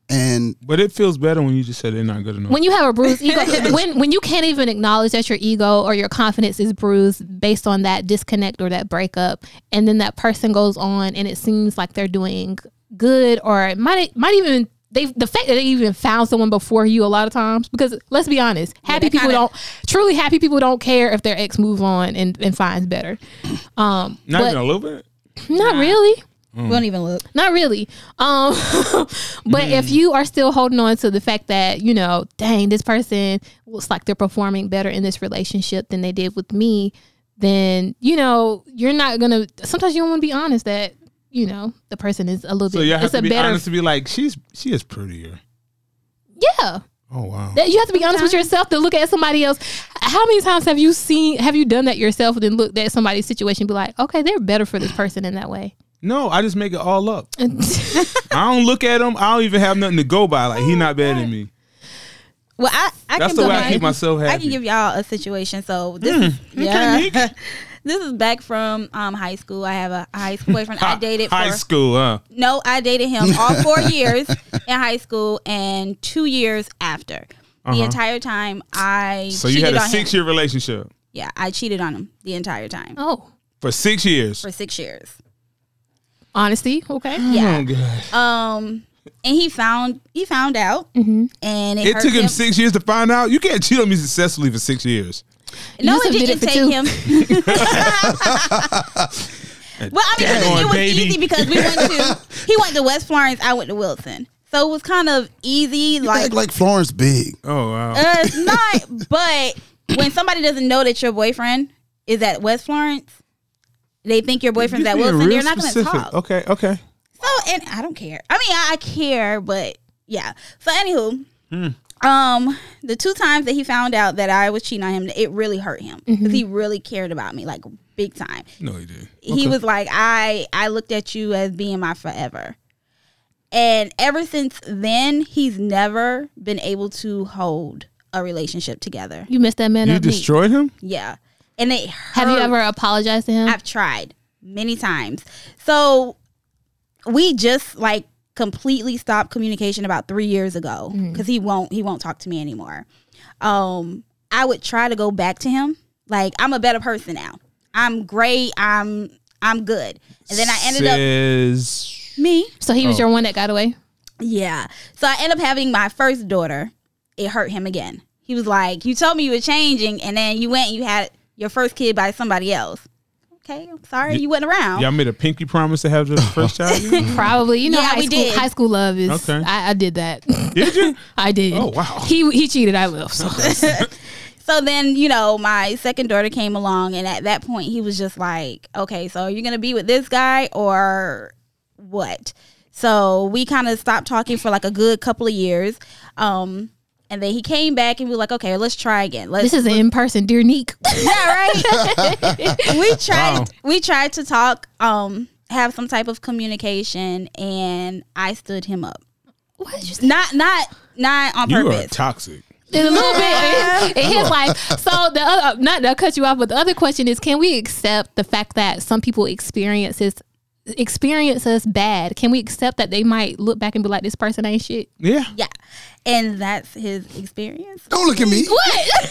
[SPEAKER 3] And
[SPEAKER 2] But it feels better when you just say they're not good enough.
[SPEAKER 4] when you have a bruised ego when when you can't even acknowledge that your ego or your confidence is bruised based on that disconnect or that breakup and then that person goes on and it seems like they're doing good or it might might even they the fact that they even found someone before you a lot of times because let's be honest happy
[SPEAKER 1] they
[SPEAKER 4] people
[SPEAKER 1] kinda-
[SPEAKER 4] don't truly happy people don't care if their ex moves on and, and finds better um
[SPEAKER 2] not
[SPEAKER 4] but-
[SPEAKER 2] even a little bit.
[SPEAKER 4] not really
[SPEAKER 1] We
[SPEAKER 3] mm.
[SPEAKER 1] don't even look.
[SPEAKER 4] not really um but
[SPEAKER 2] Mm.
[SPEAKER 4] if you are still holding on to the fact that you know dang this person looks like they're performing better in this relationship than they did with me then you know you're not gonna sometimes you don't want to be honest that you know the person is a little
[SPEAKER 2] So
[SPEAKER 4] bit
[SPEAKER 2] you have
[SPEAKER 4] it's
[SPEAKER 2] to
[SPEAKER 4] a
[SPEAKER 2] be
[SPEAKER 4] better
[SPEAKER 2] honest to be like she's she is prettier.
[SPEAKER 4] yeah
[SPEAKER 2] Oh wow.
[SPEAKER 4] that you have to be honest with yourself to look at somebody else how many times have you seen have you done that yourself and then looked at somebody's situation and be like okay they're better for this person in that way
[SPEAKER 2] No, I just make it all up. I don't look at him. I don't even have nothing to go by. Like he not better than me.
[SPEAKER 1] Well, I, I
[SPEAKER 2] That's
[SPEAKER 1] can
[SPEAKER 2] the
[SPEAKER 1] go
[SPEAKER 2] way I
[SPEAKER 1] ahead-
[SPEAKER 2] keep myself happy.
[SPEAKER 1] I can give y'all a situation. So this,
[SPEAKER 3] Mm.
[SPEAKER 1] is, yeah, this is back from um, high school. I have a high school boyfriend. I
[SPEAKER 2] Ha,
[SPEAKER 1] dated
[SPEAKER 2] high
[SPEAKER 1] for
[SPEAKER 2] school. Huh?
[SPEAKER 1] no, I dated him all four years in high school and two years after.
[SPEAKER 3] Uh-huh.
[SPEAKER 1] The entire time I
[SPEAKER 2] So you
[SPEAKER 1] cheated
[SPEAKER 2] had a
[SPEAKER 1] on
[SPEAKER 2] six
[SPEAKER 1] him.
[SPEAKER 2] year relationship
[SPEAKER 1] Yeah, I cheated on him the entire time
[SPEAKER 4] oh
[SPEAKER 2] for six years.
[SPEAKER 1] for six years.
[SPEAKER 4] honesty okay
[SPEAKER 1] Yeah.
[SPEAKER 2] Oh god.
[SPEAKER 1] Um, and he found he found out,
[SPEAKER 4] Mm-hmm.
[SPEAKER 1] and it,
[SPEAKER 2] It
[SPEAKER 1] hurt
[SPEAKER 2] took him six years to find out. You can't cheat on me successfully for six years.
[SPEAKER 1] No,
[SPEAKER 4] You
[SPEAKER 1] it didn't
[SPEAKER 4] submitted for
[SPEAKER 1] take
[SPEAKER 4] two.
[SPEAKER 1] him. well, I mean, it,
[SPEAKER 2] Daggone
[SPEAKER 1] it was
[SPEAKER 2] baby.
[SPEAKER 1] easy because we went to he went to West Florence, I went to Wilson, so it was kind of easy. Like,
[SPEAKER 3] act like Florence Big.
[SPEAKER 2] Oh wow.
[SPEAKER 1] uh, it's not, but when somebody doesn't know that your boyfriend is at West Florence, they think your boyfriend's
[SPEAKER 2] You're
[SPEAKER 1] at
[SPEAKER 2] being
[SPEAKER 1] Wilson.
[SPEAKER 2] real
[SPEAKER 1] They're not going to
[SPEAKER 2] specific.
[SPEAKER 1] talk.
[SPEAKER 2] Okay, okay.
[SPEAKER 1] So, and I don't care. I mean, I, I care, but yeah. So, anywho, um, the two times that he found out that I was cheating on him, it really hurt him because
[SPEAKER 4] Mm-hmm.
[SPEAKER 1] he really cared about me, like big time.
[SPEAKER 2] No, he did.
[SPEAKER 1] He was like, I, I looked at you as being my forever. And ever since then, he's never been able to hold a relationship together.
[SPEAKER 4] you missed that man
[SPEAKER 2] You
[SPEAKER 4] up neat.
[SPEAKER 2] destroyed him.
[SPEAKER 1] Yeah. And it hurt.
[SPEAKER 4] Have you ever apologized to him?
[SPEAKER 1] I've tried many times. So we just like completely stopped communication about three years ago because he won't he won't talk to me anymore. Um, I would try to go back to him. Like I'm a better person now. I'm great. I'm I'm good. And then I ended up
[SPEAKER 2] Says,
[SPEAKER 1] me.
[SPEAKER 4] so he
[SPEAKER 2] Oh.
[SPEAKER 4] was your one that got away.
[SPEAKER 1] Yeah. So I end up having my first daughter. It hurt him again. He was like, "You told me you were changing, and then you went and you had your first kid by somebody else." Okay, I'm sorry you went around.
[SPEAKER 2] y'all made a pinky promise to have the first child. together?
[SPEAKER 4] Probably, you know,
[SPEAKER 1] Yeah,
[SPEAKER 4] high
[SPEAKER 1] we
[SPEAKER 4] school
[SPEAKER 1] did.
[SPEAKER 4] high school love is.
[SPEAKER 2] Okay.
[SPEAKER 4] I, I did that.
[SPEAKER 2] Did you?
[SPEAKER 4] I did.
[SPEAKER 2] Oh, wow.
[SPEAKER 4] He he cheated. I left. So.
[SPEAKER 1] So then, you know, my second daughter came along, and at that point, he was just like, okay, so you're going to be with this guy or what? So we kind of stopped talking for like a good couple of years. Um, and then he came back and we were like, okay, let's try again. Let's
[SPEAKER 4] This is an in person, dear Neek.
[SPEAKER 1] yeah, right. we tried.
[SPEAKER 2] Wow.
[SPEAKER 1] We tried to talk, um, have some type of communication, and I stood him up.
[SPEAKER 4] What did you say?
[SPEAKER 1] Not, not, not on
[SPEAKER 2] You are
[SPEAKER 1] purpose.
[SPEAKER 2] toxic.
[SPEAKER 4] It's a little bit. It his life. So the other, not to cut you off, but the other question is: Can we accept the fact that some people experiences experience us bad? Can we accept that they might look back and be like, "This person ain't shit."
[SPEAKER 2] Yeah.
[SPEAKER 1] yeah, and that's his experience.
[SPEAKER 3] Don't look at me.
[SPEAKER 4] What?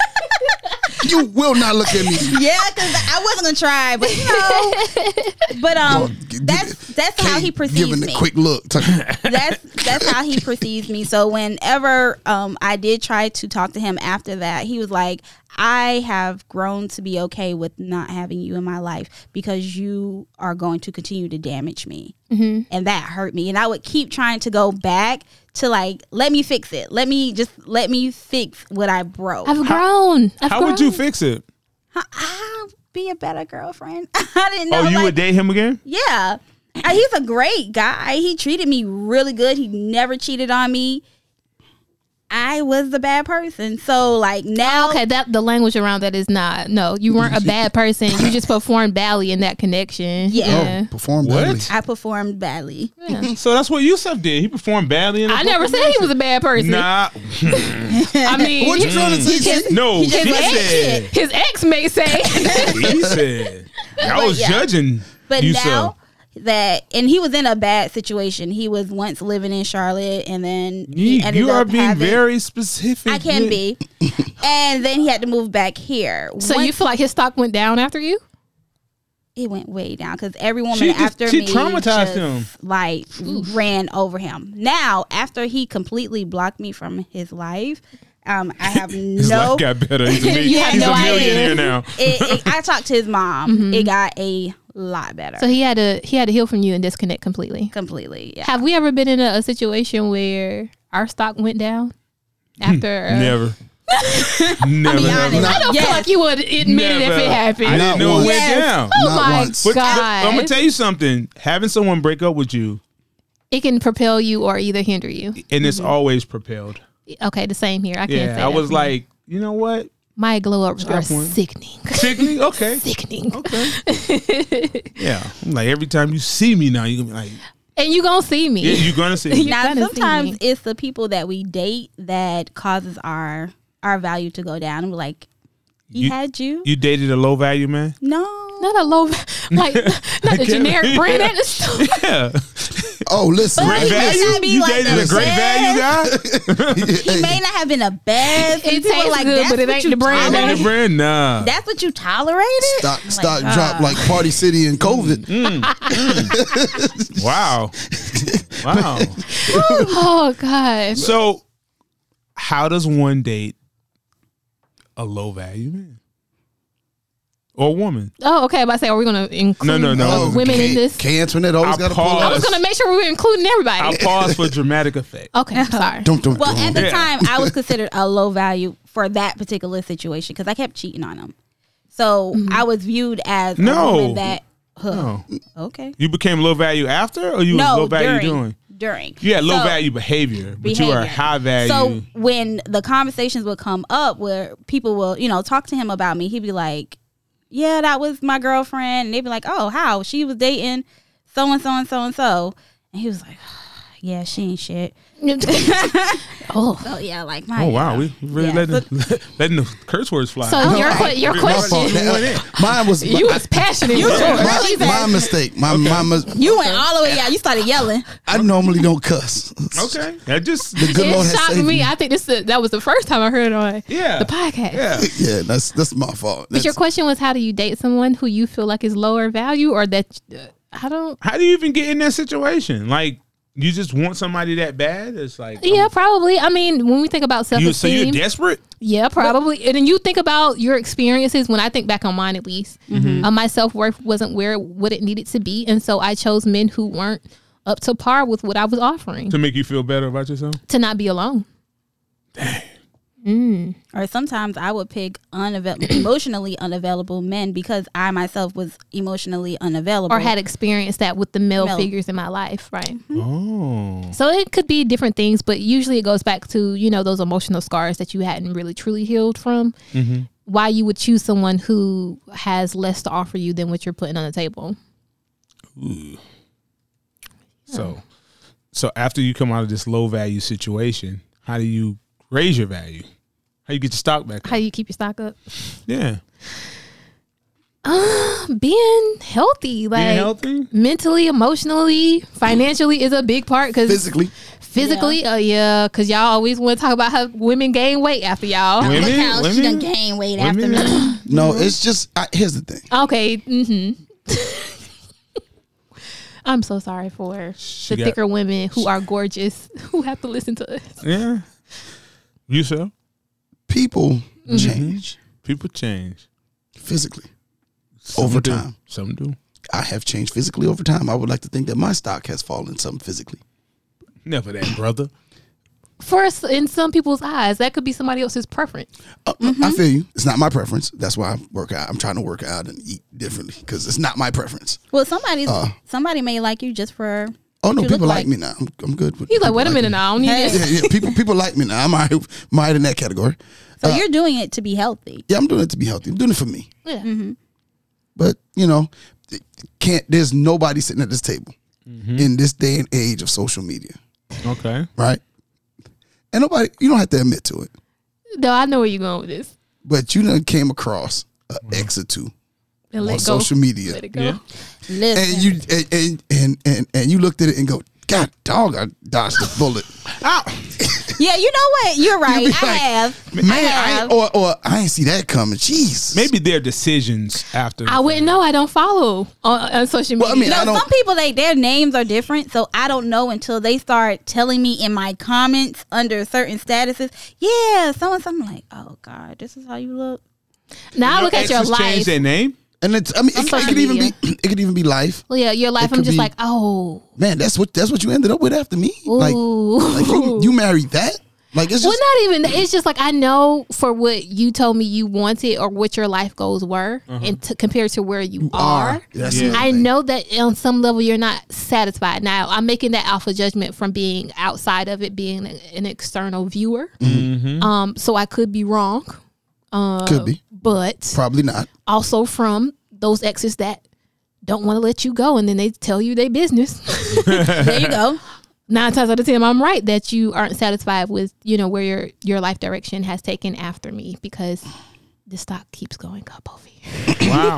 [SPEAKER 3] You will not look at me.
[SPEAKER 1] Yeah, because I wasn't gonna try, but you know, but
[SPEAKER 3] Y'all
[SPEAKER 1] um,
[SPEAKER 3] give it-
[SPEAKER 1] that's that's how he
[SPEAKER 3] Kate Giving
[SPEAKER 1] perceives
[SPEAKER 3] a
[SPEAKER 1] me.
[SPEAKER 3] quick look. Tuck-
[SPEAKER 1] That's that's how he perceives me. So whenever um I did try to talk to him after that, he was like, "I have grown to be okay with not having you in my life because you are going to continue to damage me, and that hurt me. And I would keep trying to go back to like, let me fix it. Let me just let me fix what I broke.
[SPEAKER 4] I've grown. I've
[SPEAKER 2] How
[SPEAKER 4] grown.
[SPEAKER 2] would you fix it?
[SPEAKER 1] I'll be a better girlfriend. I didn't know.
[SPEAKER 2] Oh, you
[SPEAKER 1] like,
[SPEAKER 2] would date him again?
[SPEAKER 1] Yeah. Uh, He's a great guy. He treated me really good. He never cheated on me. I was the bad person. So like now
[SPEAKER 4] Okay, that the language around that is not. No, you weren't a bad person. You just performed badly in that connection.
[SPEAKER 1] Yeah.
[SPEAKER 3] Perform
[SPEAKER 2] What?
[SPEAKER 3] badly.
[SPEAKER 1] I performed badly.
[SPEAKER 2] So that's what Yusuf did. He performed badly in the
[SPEAKER 4] I never said he was a bad person.
[SPEAKER 2] Oh. Nah.
[SPEAKER 4] I mean,
[SPEAKER 3] What you trying to say?
[SPEAKER 4] his,
[SPEAKER 3] Kate?
[SPEAKER 2] No, she
[SPEAKER 4] his
[SPEAKER 2] said.
[SPEAKER 4] ex, his ex may say.
[SPEAKER 2] He said. I was
[SPEAKER 1] yeah.
[SPEAKER 2] judging
[SPEAKER 1] But
[SPEAKER 2] Yusuf.
[SPEAKER 1] now that and he was in a bad situation. He was once living in Charlotte and then he
[SPEAKER 2] You,
[SPEAKER 1] ended
[SPEAKER 2] you are
[SPEAKER 1] up
[SPEAKER 2] being
[SPEAKER 1] having-
[SPEAKER 2] very specific.
[SPEAKER 1] I can
[SPEAKER 2] with-
[SPEAKER 1] be. and then he had to move back here.
[SPEAKER 4] So
[SPEAKER 1] Once-
[SPEAKER 4] you feel like his stock went down after you?
[SPEAKER 1] it went way down because every woman
[SPEAKER 2] She just-
[SPEAKER 1] after
[SPEAKER 2] she
[SPEAKER 1] me just,
[SPEAKER 2] traumatized him.
[SPEAKER 1] like ran over him. Now after he completely blocked me from his life, um, I have
[SPEAKER 2] His
[SPEAKER 1] no.
[SPEAKER 2] life got better. He's a, mi-
[SPEAKER 4] You had
[SPEAKER 2] he's
[SPEAKER 4] no
[SPEAKER 2] a
[SPEAKER 4] idea.
[SPEAKER 2] millionaire now.
[SPEAKER 1] it, it, I talked to his mom. It got a lot better.
[SPEAKER 4] Mm-hmm. So he had to he had to heal from you and disconnect completely.
[SPEAKER 1] completely, yeah.
[SPEAKER 4] Have we ever been in a, a situation where our stock went down after? uh,
[SPEAKER 2] Hmm. Never. never.
[SPEAKER 1] honest.
[SPEAKER 2] never.
[SPEAKER 4] I don't
[SPEAKER 1] Yes.
[SPEAKER 4] feel like you would admit it if it
[SPEAKER 2] Never.
[SPEAKER 4] happened.
[SPEAKER 2] I didn't
[SPEAKER 3] Not
[SPEAKER 2] know it
[SPEAKER 3] once.
[SPEAKER 2] went
[SPEAKER 1] Yes.
[SPEAKER 2] down.
[SPEAKER 4] Oh
[SPEAKER 3] Not
[SPEAKER 4] my
[SPEAKER 3] once.
[SPEAKER 2] But
[SPEAKER 4] god!
[SPEAKER 2] I'm gonna tell you something. Having someone break up with you,
[SPEAKER 4] it can propel you or either hinder you.
[SPEAKER 2] and it's always propelled.
[SPEAKER 4] Okay, the same here. I can't say.
[SPEAKER 2] Yeah, I
[SPEAKER 4] that
[SPEAKER 2] was
[SPEAKER 4] for you.
[SPEAKER 2] like, you know what?
[SPEAKER 4] my glow ups are
[SPEAKER 2] Step one.
[SPEAKER 4] sickening,
[SPEAKER 2] Sickening. Okay.
[SPEAKER 4] sickening.
[SPEAKER 2] Okay. yeah. I'm like every time you see me now, you gonna be like,
[SPEAKER 4] And you gonna see me?
[SPEAKER 2] yeah, you're gonna see. Me.
[SPEAKER 4] You're
[SPEAKER 1] now
[SPEAKER 4] gonna see
[SPEAKER 1] sometimes
[SPEAKER 4] me.
[SPEAKER 1] it's the people that we date that causes our our value to go down. We're like, he
[SPEAKER 2] You-
[SPEAKER 1] had you.
[SPEAKER 2] You dated a low value man.
[SPEAKER 1] no,
[SPEAKER 4] Not a low, like not a generic brand at the store.
[SPEAKER 2] Yeah.
[SPEAKER 3] Oh, listen.
[SPEAKER 1] But- he
[SPEAKER 2] Great
[SPEAKER 1] may
[SPEAKER 2] value.
[SPEAKER 1] not be
[SPEAKER 2] You
[SPEAKER 1] like
[SPEAKER 2] dated
[SPEAKER 1] the
[SPEAKER 2] a great value guy.
[SPEAKER 1] he may not have been a bad.
[SPEAKER 4] It
[SPEAKER 1] people are
[SPEAKER 4] tastes
[SPEAKER 1] like,
[SPEAKER 4] good,
[SPEAKER 1] that's
[SPEAKER 4] but it
[SPEAKER 1] what
[SPEAKER 4] ain't
[SPEAKER 1] you
[SPEAKER 4] the brand.
[SPEAKER 1] tolerate?
[SPEAKER 2] And the brand, nah.
[SPEAKER 1] That's what you tolerated.
[SPEAKER 3] Stock,
[SPEAKER 4] Oh
[SPEAKER 1] I'm like, uh,
[SPEAKER 3] stock
[SPEAKER 1] God.
[SPEAKER 3] dropped like Party City and COVID.
[SPEAKER 2] Mm. wow. Wow.
[SPEAKER 4] Oh god!
[SPEAKER 2] So, how does one date a low value man or woman?
[SPEAKER 4] Oh, okay. But I say, are we gonna include
[SPEAKER 2] No, no, no.
[SPEAKER 4] uh,
[SPEAKER 2] Oh,
[SPEAKER 4] women
[SPEAKER 3] K-
[SPEAKER 4] in this?
[SPEAKER 3] K Antoinette always
[SPEAKER 2] I
[SPEAKER 3] got to pull
[SPEAKER 4] I
[SPEAKER 2] paused.
[SPEAKER 3] out.
[SPEAKER 4] was gonna make sure we were including
[SPEAKER 2] I'll
[SPEAKER 4] everybody.
[SPEAKER 2] pause for dramatic effect.
[SPEAKER 4] Okay, I'm sorry.
[SPEAKER 3] Dum, dum,
[SPEAKER 1] Well,
[SPEAKER 3] dum.
[SPEAKER 1] at the
[SPEAKER 2] Yeah.
[SPEAKER 1] time, I was considered a low value for that particular situation because I kept cheating on him. So I was viewed as
[SPEAKER 2] No.
[SPEAKER 1] a woman that. Huh.
[SPEAKER 2] No.
[SPEAKER 1] Okay.
[SPEAKER 2] You became low value after, or you
[SPEAKER 1] No,
[SPEAKER 2] was low value
[SPEAKER 1] during,
[SPEAKER 2] doing?
[SPEAKER 1] during.
[SPEAKER 2] You had low
[SPEAKER 1] So-
[SPEAKER 2] value behavior, but you are
[SPEAKER 1] behavior.
[SPEAKER 2] high value.
[SPEAKER 1] So when the conversations would come up where people will, you know, talk to him about me, he'd be like, Yeah, that was my girlfriend. And they'd be like, Oh, how? She was dating so and so and so and so. And he was like, Yeah, she ain't shit.
[SPEAKER 4] oh,
[SPEAKER 1] So yeah, like my
[SPEAKER 2] oh wow, we we really
[SPEAKER 1] Yeah,
[SPEAKER 2] letting, letting the curse words fly.
[SPEAKER 4] so your que- your
[SPEAKER 3] My fault.
[SPEAKER 4] question?
[SPEAKER 3] That- uh, Mine was
[SPEAKER 4] You was passionate. You
[SPEAKER 3] my, my mistake. My, my, mis-
[SPEAKER 1] You went all the way out. You started yelling.
[SPEAKER 3] I normally don't cuss.
[SPEAKER 2] okay, that just
[SPEAKER 3] The good Lord
[SPEAKER 4] it
[SPEAKER 3] has
[SPEAKER 4] shocked
[SPEAKER 3] saved
[SPEAKER 4] me. I think this that was the first time I heard it on
[SPEAKER 2] yeah,
[SPEAKER 4] the podcast.
[SPEAKER 2] yeah.
[SPEAKER 3] Yeah, that's that's my fault.
[SPEAKER 4] But your
[SPEAKER 3] That's-
[SPEAKER 4] question was, how do you date someone who you feel like is lower value or that uh, I don't?
[SPEAKER 2] How do you even get in that situation? Like you just want somebody that bad? It's like
[SPEAKER 4] Yeah, probably. I mean, when we think about
[SPEAKER 2] um,
[SPEAKER 4] self
[SPEAKER 2] you so you're
[SPEAKER 4] esteem,
[SPEAKER 2] desperate.
[SPEAKER 4] yeah, probably. And then you think about your experiences. When I think back on mine, at least,
[SPEAKER 2] Mm-hmm.
[SPEAKER 4] uh, my self worth wasn't where it, what it needed to be, and so I chose men who weren't up to par with what I was offering
[SPEAKER 2] to make you feel better about yourself?
[SPEAKER 4] to not be alone.
[SPEAKER 1] Or sometimes I would pick unavail- emotionally unavailable men because I myself was emotionally unavailable.
[SPEAKER 4] or had experienced that with the male
[SPEAKER 1] No.
[SPEAKER 4] figures in my life, right?
[SPEAKER 2] Oh.
[SPEAKER 4] So it could be different things, but usually it goes back to, you know, those emotional scars that you hadn't really truly healed from.
[SPEAKER 2] Mm-hmm.
[SPEAKER 4] Why you would choose someone who has less to offer you than what you're putting on the table.
[SPEAKER 2] Hmm. So so after you come out of this low value situation, how do you raise your value? How you get your stock back?
[SPEAKER 4] How
[SPEAKER 2] up?
[SPEAKER 4] do you keep your stock up?
[SPEAKER 2] yeah.
[SPEAKER 4] Being healthy, like
[SPEAKER 2] Being healthy?
[SPEAKER 4] mentally, emotionally, financially is a big part because
[SPEAKER 3] physically,
[SPEAKER 4] physically, oh yeah, because y'all always want to talk about how women gain weight after y'all.
[SPEAKER 2] Women-
[SPEAKER 1] Look how she done
[SPEAKER 2] women-
[SPEAKER 1] gained weight after
[SPEAKER 2] women-
[SPEAKER 1] me.
[SPEAKER 3] no. It's just I, here's the thing.
[SPEAKER 4] Okay. Mm-hmm. I'm so sorry for the
[SPEAKER 2] got-
[SPEAKER 4] thicker women who are gorgeous who have to listen to us.
[SPEAKER 2] Yeah. You so?
[SPEAKER 3] People change
[SPEAKER 2] People change.
[SPEAKER 3] physically.
[SPEAKER 2] Some
[SPEAKER 3] Over
[SPEAKER 2] do.
[SPEAKER 3] time.
[SPEAKER 2] Some do.
[SPEAKER 3] I have changed physically over time. I would like to think that my stock has fallen some physically.
[SPEAKER 2] Never that, brother.
[SPEAKER 4] For us, in some people's eyes, that could be somebody else's preference.
[SPEAKER 3] Uh, I feel you. It's not my preference. That's why I work out. I'm trying to work out and eat differently because it's not my preference.
[SPEAKER 1] Well, somebody's
[SPEAKER 3] uh,
[SPEAKER 1] somebody may like you just for.
[SPEAKER 3] Oh
[SPEAKER 1] what
[SPEAKER 3] no,
[SPEAKER 1] you look
[SPEAKER 3] people like,
[SPEAKER 1] like.
[SPEAKER 3] me now. I'm, I'm good. With
[SPEAKER 4] He's like,
[SPEAKER 3] people
[SPEAKER 4] wait a minute,
[SPEAKER 3] me.
[SPEAKER 4] now I don't need
[SPEAKER 1] Hey.
[SPEAKER 4] this.
[SPEAKER 3] Yeah, yeah. People, people like me now. I'm all right, I'm all right in that category.
[SPEAKER 1] So
[SPEAKER 3] uh,
[SPEAKER 1] you're doing it to be healthy.
[SPEAKER 3] Yeah, I'm doing it to be healthy. I'm doing it for me.
[SPEAKER 4] Yeah.
[SPEAKER 3] But you know, it can't. There's nobody sitting at this table in this day and age of social media,
[SPEAKER 2] Okay.
[SPEAKER 3] right? And nobody, you don't have to admit to it,
[SPEAKER 4] No, I know where you're going with this.
[SPEAKER 3] but you done came across an ex or two
[SPEAKER 4] And Mm-hmm. let
[SPEAKER 3] on
[SPEAKER 4] go.
[SPEAKER 3] social media.
[SPEAKER 4] Let it go.
[SPEAKER 2] Yeah.
[SPEAKER 1] Listen,
[SPEAKER 3] and you and and, and and and you looked at it and go, God, dog, I dodged a bullet.
[SPEAKER 4] Ah,
[SPEAKER 1] yeah, you know what? You're right. I
[SPEAKER 3] like,
[SPEAKER 1] have.
[SPEAKER 3] Man,
[SPEAKER 1] I
[SPEAKER 3] I,
[SPEAKER 1] have.
[SPEAKER 3] or or I ain't see that coming. Jeez,
[SPEAKER 2] Maybe their decisions after.
[SPEAKER 4] I wouldn't know. I don't follow on, on social media.
[SPEAKER 3] Well, I mean,
[SPEAKER 1] no,
[SPEAKER 3] I don't-
[SPEAKER 1] some people they their names are different, so I don't know until they start telling me in my comments under certain statuses. Yeah, so and so. I'm like, oh god, this is how you look.
[SPEAKER 4] now I look at your
[SPEAKER 2] exes Change
[SPEAKER 4] life.
[SPEAKER 2] their name.
[SPEAKER 3] and it's I mean, it, it
[SPEAKER 4] social
[SPEAKER 3] could even
[SPEAKER 4] media.
[SPEAKER 3] be it could even be life.
[SPEAKER 4] Well, yeah, your life.
[SPEAKER 3] It
[SPEAKER 4] I'm
[SPEAKER 3] could
[SPEAKER 4] just
[SPEAKER 3] be-
[SPEAKER 4] like, oh,
[SPEAKER 3] Man, that's what that's what you ended up with after me. Like,
[SPEAKER 4] ooh.
[SPEAKER 3] like you, you married that. Like it's
[SPEAKER 4] well,
[SPEAKER 3] just
[SPEAKER 4] not even. It's just like I know for what you told me you wanted or what your life goals were, and to, compared to where you, are.
[SPEAKER 3] Uh-huh. are. That's
[SPEAKER 2] Yeah.
[SPEAKER 3] another
[SPEAKER 4] I
[SPEAKER 3] thing.
[SPEAKER 4] know that on some level you're not satisfied. Now I'm making that alpha judgment from being outside of it, being an external viewer.
[SPEAKER 3] Mm-hmm.
[SPEAKER 4] Um, so I could be wrong,
[SPEAKER 3] could be
[SPEAKER 4] but
[SPEAKER 3] probably not.
[SPEAKER 4] also from those exes that don't want to let you go, and then they tell you their business.
[SPEAKER 1] There you go.
[SPEAKER 4] Nine times out of ten, I'm right that you aren't satisfied with you know where your your life direction has taken after me because the stock keeps going up over here.
[SPEAKER 2] Wow,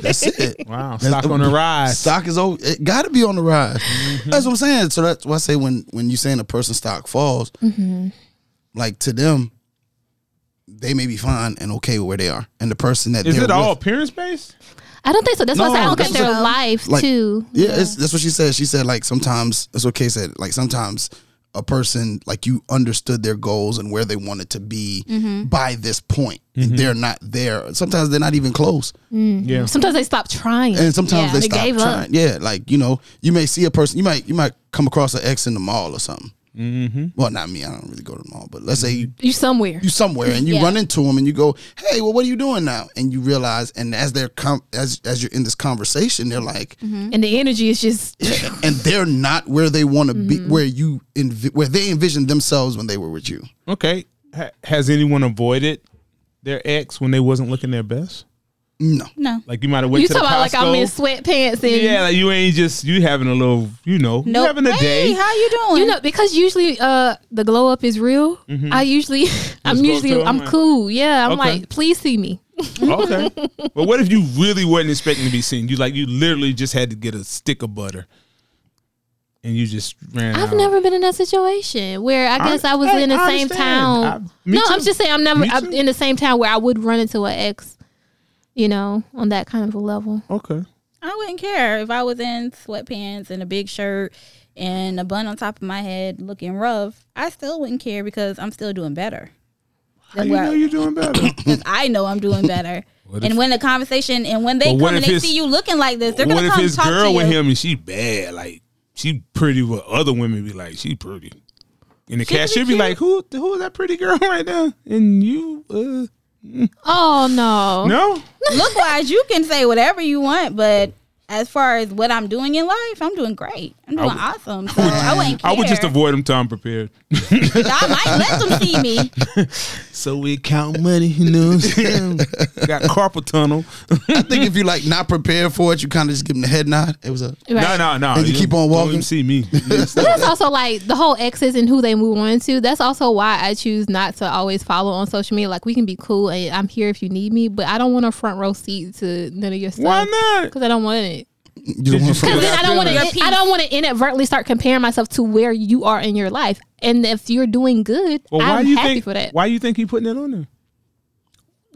[SPEAKER 3] That's it.
[SPEAKER 2] wow. Stock on the rise. Mm-hmm.
[SPEAKER 3] Stock is over. It got to be on the rise. That's what I'm saying. So that's why I say when when you saying a person's stock falls, like to them, they may be fine and okay with where they are, and the person that
[SPEAKER 2] Is
[SPEAKER 3] they're
[SPEAKER 2] it all
[SPEAKER 3] with-
[SPEAKER 2] appearance based?
[SPEAKER 4] I don't think so. That's why I, say I
[SPEAKER 3] No,
[SPEAKER 4] look at
[SPEAKER 3] this
[SPEAKER 4] their
[SPEAKER 1] is a-
[SPEAKER 4] life
[SPEAKER 3] like-
[SPEAKER 4] too.
[SPEAKER 3] Yeah, It's, that's what she said. She said like sometimes that's what Kay said. Like sometimes a person like you understood their goals and where they wanted to be by this point,
[SPEAKER 2] Mm-hmm.
[SPEAKER 3] and they're not there. Sometimes they're not even close,
[SPEAKER 2] Yeah.
[SPEAKER 4] Sometimes they stop trying,
[SPEAKER 3] and sometimes
[SPEAKER 4] Yeah.
[SPEAKER 3] they stop
[SPEAKER 4] gave up.
[SPEAKER 3] trying. Yeah, like you know, you may see a person, you might you might come across an ex in the mall or something. Mm-hmm. Well, not me. I don't really go to the mall, but let's say you
[SPEAKER 4] You somewhere.
[SPEAKER 3] you somewhere and you
[SPEAKER 1] Yeah.
[SPEAKER 3] run into them and you go, "Hey, well, what are you doing now?" And you realize, and as they're com- as as you're in this conversation, they're like,
[SPEAKER 4] and the energy is just
[SPEAKER 3] and they're not where they want to
[SPEAKER 4] Mm-hmm.
[SPEAKER 3] be, where you envi- where they envisioned themselves when they were with you.
[SPEAKER 2] Okay. Ha- has anyone avoided their ex when they wasn't looking their best?
[SPEAKER 3] No,
[SPEAKER 1] No,
[SPEAKER 2] Like you might have went
[SPEAKER 4] you
[SPEAKER 2] to the
[SPEAKER 4] talk about like I'm in
[SPEAKER 2] Costco.
[SPEAKER 4] sweatpants and
[SPEAKER 2] yeah, like you ain't just you having a little, you know, you
[SPEAKER 1] no.
[SPEAKER 2] having a
[SPEAKER 1] Hey,
[SPEAKER 2] day.
[SPEAKER 1] how you doing?
[SPEAKER 4] you know because usually uh the glow up is real. I usually I'm
[SPEAKER 2] Mm-hmm. go
[SPEAKER 4] usually
[SPEAKER 2] to 'em
[SPEAKER 4] I'm
[SPEAKER 2] and-
[SPEAKER 4] cool. Yeah, I'm
[SPEAKER 2] Okay.
[SPEAKER 4] like please see me.
[SPEAKER 2] okay. But what if you really wasn't expecting to be seen? You like you literally just had to get a stick of butter, and you just ran.
[SPEAKER 4] I've
[SPEAKER 2] out.
[SPEAKER 4] never been in that situation where I guess I, was
[SPEAKER 2] I-
[SPEAKER 4] in the
[SPEAKER 2] I
[SPEAKER 4] same
[SPEAKER 2] understand.
[SPEAKER 4] town.
[SPEAKER 2] I- me
[SPEAKER 4] no, I'm
[SPEAKER 2] too.
[SPEAKER 4] just saying I'm never
[SPEAKER 2] Me
[SPEAKER 4] I'm
[SPEAKER 2] too.
[SPEAKER 4] in the same town where I would run into an ex. You know, on that kind of a level.
[SPEAKER 2] Okay.
[SPEAKER 1] I wouldn't care if I was in sweatpants and a big shirt and a bun on top of my head looking rough. I still wouldn't care because I'm still doing better.
[SPEAKER 2] How
[SPEAKER 1] Than
[SPEAKER 2] you
[SPEAKER 1] what-
[SPEAKER 2] know you're doing better?
[SPEAKER 1] because I know I'm doing better.
[SPEAKER 2] What
[SPEAKER 1] and
[SPEAKER 2] if-
[SPEAKER 1] when the conversation and when they
[SPEAKER 2] But what
[SPEAKER 1] come and
[SPEAKER 2] if
[SPEAKER 1] they
[SPEAKER 2] his-
[SPEAKER 1] see you looking like this, they're
[SPEAKER 2] what
[SPEAKER 1] gonna
[SPEAKER 2] if
[SPEAKER 1] come
[SPEAKER 2] his
[SPEAKER 1] talk
[SPEAKER 2] girl
[SPEAKER 1] to
[SPEAKER 2] with
[SPEAKER 1] you.
[SPEAKER 2] him and she bad? Like she pretty, what other women be like? She pretty, and the
[SPEAKER 1] could
[SPEAKER 2] cat
[SPEAKER 1] be
[SPEAKER 2] should be
[SPEAKER 1] cute.
[SPEAKER 2] like, who who is that pretty girl right now? And you, uh,
[SPEAKER 4] Oh no.
[SPEAKER 2] no,
[SPEAKER 1] Look wise, you can say whatever you want, but as far as what I'm doing in life, I'm doing great. I'm doing awesome. So I wouldn't care.
[SPEAKER 2] I would just avoid him till I'm prepared.
[SPEAKER 1] I might let them see me.
[SPEAKER 2] So we count money, you know. Got carpal tunnel.
[SPEAKER 3] I think if you like not prepared for it, you kind of just give them the head nod. It was a
[SPEAKER 2] No,
[SPEAKER 4] Right.
[SPEAKER 2] no, no.
[SPEAKER 3] And you keep on
[SPEAKER 2] don't
[SPEAKER 3] walking?
[SPEAKER 2] even see me.
[SPEAKER 4] But that's also like the whole exes and who they move on to. That's also why I choose not to always follow on social media. Like we can be cool and I'm here if you need me, but I don't want a front row seat to none of your stuff.
[SPEAKER 2] Why not?
[SPEAKER 4] Because I don't want it.
[SPEAKER 3] you don't want
[SPEAKER 2] Did
[SPEAKER 3] to
[SPEAKER 2] you-
[SPEAKER 4] Because then I don't want
[SPEAKER 1] Your piece.
[SPEAKER 4] to. I don't want to inadvertently start comparing myself to where you are in your life. And if you're doing good,
[SPEAKER 2] Well, why
[SPEAKER 4] I'm
[SPEAKER 2] you
[SPEAKER 4] happy
[SPEAKER 2] think?
[SPEAKER 4] for that.
[SPEAKER 2] Why you think he putting that on there?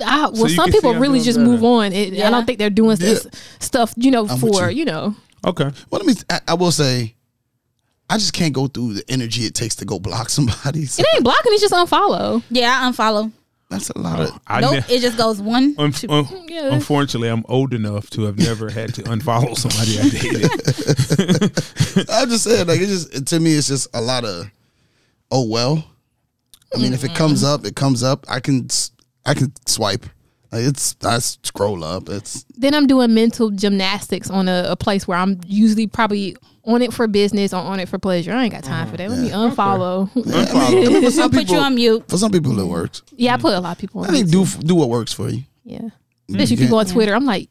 [SPEAKER 4] I,
[SPEAKER 2] you
[SPEAKER 4] well, some
[SPEAKER 2] can see
[SPEAKER 4] people
[SPEAKER 2] I'm
[SPEAKER 4] really
[SPEAKER 2] doing
[SPEAKER 4] just
[SPEAKER 2] better.
[SPEAKER 4] move on. It, I
[SPEAKER 1] Yeah.
[SPEAKER 4] don't think they're doing
[SPEAKER 3] Yeah.
[SPEAKER 4] s- stuff, you know,
[SPEAKER 3] with
[SPEAKER 4] for
[SPEAKER 3] you.
[SPEAKER 4] you. know.
[SPEAKER 2] Okay.
[SPEAKER 3] Well, let me. I, I will say, I just can't go through the energy it takes to go block somebody. So
[SPEAKER 4] It ain't blocking. It's just unfollow.
[SPEAKER 1] Yeah, I unfollow.
[SPEAKER 3] that's a lot of.
[SPEAKER 2] I
[SPEAKER 1] nope.
[SPEAKER 2] ne-
[SPEAKER 1] it just goes one.
[SPEAKER 2] un-
[SPEAKER 1] two.
[SPEAKER 2] un-
[SPEAKER 4] Yeah.
[SPEAKER 2] Unfortunately, I'm old enough to have never had to unfollow somebody I dated.
[SPEAKER 3] I'm just saying, like it just to me, it's just a lot of. Oh well, I mean, if it comes up, it comes up. I can, s- I can swipe. Like it's, I scroll up. It's
[SPEAKER 4] Then I'm doing mental gymnastics on a, a place where I'm usually probably on it for business or on it for pleasure. I ain't got time for that.
[SPEAKER 2] Mm-hmm.
[SPEAKER 4] Let me unfollow.
[SPEAKER 2] Unfollow.
[SPEAKER 3] for
[SPEAKER 1] We'll
[SPEAKER 3] some
[SPEAKER 1] put you
[SPEAKER 3] people,
[SPEAKER 1] on mute.
[SPEAKER 3] for some people, it works.
[SPEAKER 4] yeah, I put a lot of people on.
[SPEAKER 3] I think
[SPEAKER 4] it.
[SPEAKER 3] do f- do what works for you.
[SPEAKER 4] Yeah,
[SPEAKER 2] Mm-hmm.
[SPEAKER 4] especially people on Twitter. I'm like,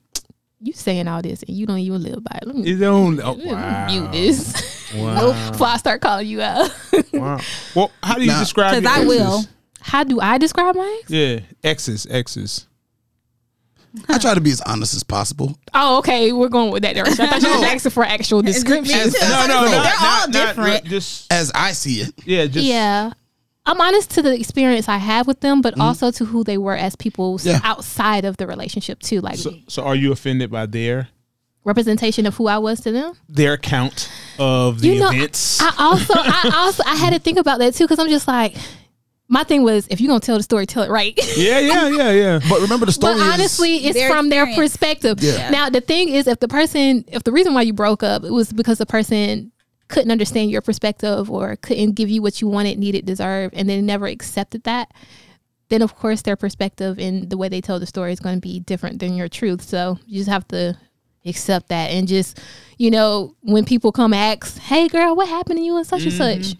[SPEAKER 4] you saying all this and you don't even live by it. Let me
[SPEAKER 2] It don't. Oh,
[SPEAKER 4] let me
[SPEAKER 2] wow.
[SPEAKER 4] mute this
[SPEAKER 2] Wow.
[SPEAKER 4] before I start calling you out.
[SPEAKER 2] wow. Well, how do you
[SPEAKER 3] Nah.
[SPEAKER 2] describe?
[SPEAKER 1] 'Cause
[SPEAKER 2] your
[SPEAKER 1] I will.
[SPEAKER 2] exes?
[SPEAKER 4] How do I describe my ex?
[SPEAKER 2] Yeah, exes, exes.
[SPEAKER 3] I try to be as honest as possible.
[SPEAKER 4] Oh, okay. We're going with that direction. I thought you were asking for actual description.
[SPEAKER 1] too. I was gonna say, they're all different.
[SPEAKER 2] just
[SPEAKER 3] As I see it,
[SPEAKER 2] yeah, just
[SPEAKER 4] Yeah. I'm honest to the experience I have with them, but
[SPEAKER 2] Mm-hmm.
[SPEAKER 4] also to who they were as people s-
[SPEAKER 3] Yeah.
[SPEAKER 4] outside of the relationship too, like
[SPEAKER 2] So, so are you offended by their
[SPEAKER 4] representation of who I was to them.
[SPEAKER 2] their count of the
[SPEAKER 4] you know,
[SPEAKER 2] events?
[SPEAKER 4] I also, I also, I had to think about that too because I'm just like, my thing was if you're gonna tell the story, tell it right.
[SPEAKER 2] yeah, yeah, yeah, yeah.
[SPEAKER 3] but remember the story.
[SPEAKER 4] But
[SPEAKER 3] is-
[SPEAKER 4] honestly, it's
[SPEAKER 1] Their
[SPEAKER 4] from their
[SPEAKER 1] experience.
[SPEAKER 4] perspective.
[SPEAKER 3] Yeah.
[SPEAKER 4] Now, the thing is, if the person, if the reason why you broke up it was because the person couldn't understand your perspective or couldn't give you what you wanted, needed, deserved, and they never accepted that, then of course their perspective and the way they tell the story is going to be different than your truth. So you just have to accept that and just, you know, when people come ask, "Hey, girl, what happened to you?" and such and such.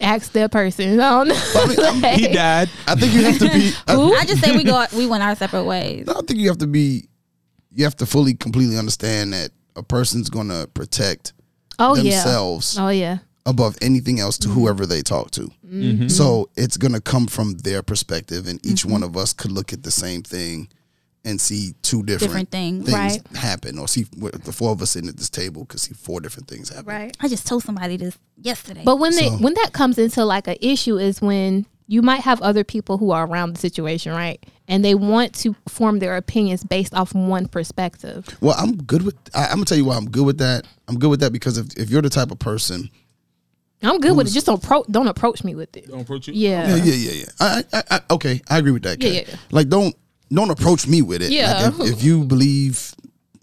[SPEAKER 4] Ask that person. I don't know. Like-
[SPEAKER 2] He died.
[SPEAKER 3] I think you have to be. I,
[SPEAKER 1] I just say we go. We went our separate ways.
[SPEAKER 3] I think you have to be. You have to fully, completely understand that a person's gonna protect
[SPEAKER 4] oh yeah. Mm-hmm.
[SPEAKER 3] themselves
[SPEAKER 4] Oh yeah.
[SPEAKER 3] above anything else to whoever they talk to. So it's going to come from their perspective, and each
[SPEAKER 4] Mm-hmm.
[SPEAKER 3] one of us could look at the same thing and see two
[SPEAKER 1] Different
[SPEAKER 3] different,
[SPEAKER 1] things,
[SPEAKER 4] right.
[SPEAKER 3] happen, or see what- the four of us sitting at this table could see four different things happen.
[SPEAKER 1] I just told somebody this yesterday.
[SPEAKER 4] But when they
[SPEAKER 3] So-
[SPEAKER 4] when that comes into like an issue is when you might have other people who are around the situation, right? And they want to form their opinions based off one perspective.
[SPEAKER 3] Well, I'm good with. I, I'm gonna tell you why I'm good with that. I'm good with that because if, if you're the type of person,
[SPEAKER 4] I'm good with it. Just don't pro- don't approach me with it.
[SPEAKER 2] Don't approach you.
[SPEAKER 4] Yeah.
[SPEAKER 3] yeah, yeah, yeah, yeah. I, I, I, okay, I agree with that.
[SPEAKER 4] Yeah,
[SPEAKER 3] Kat.
[SPEAKER 4] yeah, yeah.
[SPEAKER 3] Like, don't don't approach me with it. Like,
[SPEAKER 4] Yeah.
[SPEAKER 3] if, if you believe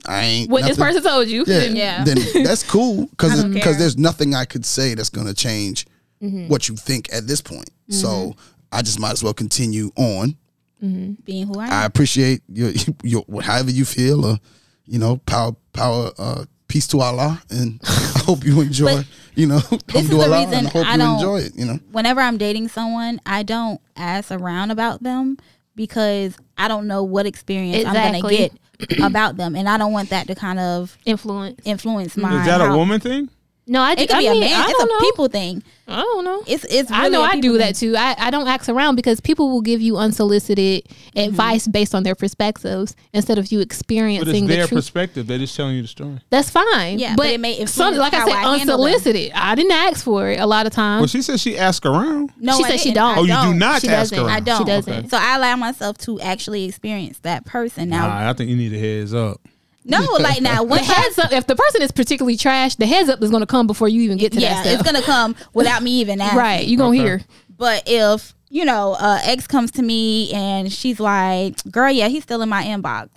[SPEAKER 3] I ain't
[SPEAKER 4] What this
[SPEAKER 3] nothing-
[SPEAKER 4] person told you.
[SPEAKER 3] yeah,
[SPEAKER 4] then-
[SPEAKER 1] Yeah.
[SPEAKER 3] then that's cool because
[SPEAKER 1] don't care. Mm-hmm.
[SPEAKER 3] there's nothing I could say that's going to change what you think at this point. So I just might as well continue on.
[SPEAKER 1] being who I am,
[SPEAKER 3] I appreciate your, your however you feel, or you know, power, power, uh, peace to Allah, and I hope you enjoy. you know,
[SPEAKER 1] this is the reason
[SPEAKER 3] and I hope
[SPEAKER 1] I
[SPEAKER 3] you
[SPEAKER 1] don't-
[SPEAKER 3] enjoy it. You know,
[SPEAKER 1] whenever I'm dating someone, I don't ask around about them because I don't know what experience I'm
[SPEAKER 4] Exactly.
[SPEAKER 1] going to get about them, and I don't want that to kind of
[SPEAKER 4] Influence.
[SPEAKER 1] influence my.
[SPEAKER 2] Is that a
[SPEAKER 1] how-
[SPEAKER 2] woman thing?
[SPEAKER 4] No, I,
[SPEAKER 1] It could
[SPEAKER 4] I
[SPEAKER 1] be
[SPEAKER 4] mean,
[SPEAKER 1] a man.
[SPEAKER 4] I
[SPEAKER 1] It's
[SPEAKER 4] don't
[SPEAKER 1] a
[SPEAKER 4] know.
[SPEAKER 1] people thing.
[SPEAKER 4] I don't know.
[SPEAKER 1] It's it's. Really
[SPEAKER 4] I know
[SPEAKER 1] a
[SPEAKER 4] I
[SPEAKER 1] people
[SPEAKER 4] do
[SPEAKER 1] thing.
[SPEAKER 4] that too. I, I don't ask around because people will give you unsolicited
[SPEAKER 1] Mm-hmm.
[SPEAKER 4] advice based on their perspectives instead of you
[SPEAKER 2] But it's
[SPEAKER 4] experiencing the
[SPEAKER 2] their
[SPEAKER 4] truth
[SPEAKER 2] perspective. They're just telling you the story.
[SPEAKER 4] That's fine.
[SPEAKER 1] Yeah,
[SPEAKER 4] but,
[SPEAKER 1] but it may influence
[SPEAKER 4] some, like I
[SPEAKER 1] how
[SPEAKER 4] said,
[SPEAKER 1] I handle them.
[SPEAKER 4] unsolicited. I didn't ask for it a lot of
[SPEAKER 2] Well,
[SPEAKER 4] times.
[SPEAKER 2] she said she asked around.
[SPEAKER 1] No,
[SPEAKER 4] She
[SPEAKER 1] I
[SPEAKER 4] said she
[SPEAKER 1] didn't.
[SPEAKER 4] don't.
[SPEAKER 1] I
[SPEAKER 2] Oh, you do not
[SPEAKER 4] She
[SPEAKER 2] ask
[SPEAKER 4] doesn't.
[SPEAKER 2] around.
[SPEAKER 1] I don't.
[SPEAKER 4] She doesn't.
[SPEAKER 1] So I allow myself to actually experience that person. Now,
[SPEAKER 2] Nah, I think you need a heads up.
[SPEAKER 1] no, like now,
[SPEAKER 4] the
[SPEAKER 1] once I
[SPEAKER 4] heads up. If the person is particularly trash, the heads up is going to come before you even get to
[SPEAKER 1] yeah,
[SPEAKER 4] that
[SPEAKER 1] it's
[SPEAKER 4] stuff.
[SPEAKER 1] gonna come without me even asking.
[SPEAKER 4] right. You're going to hear.
[SPEAKER 1] But if you know, uh, ex comes to me and she's like, "Girl, yeah, he's still in my inbox."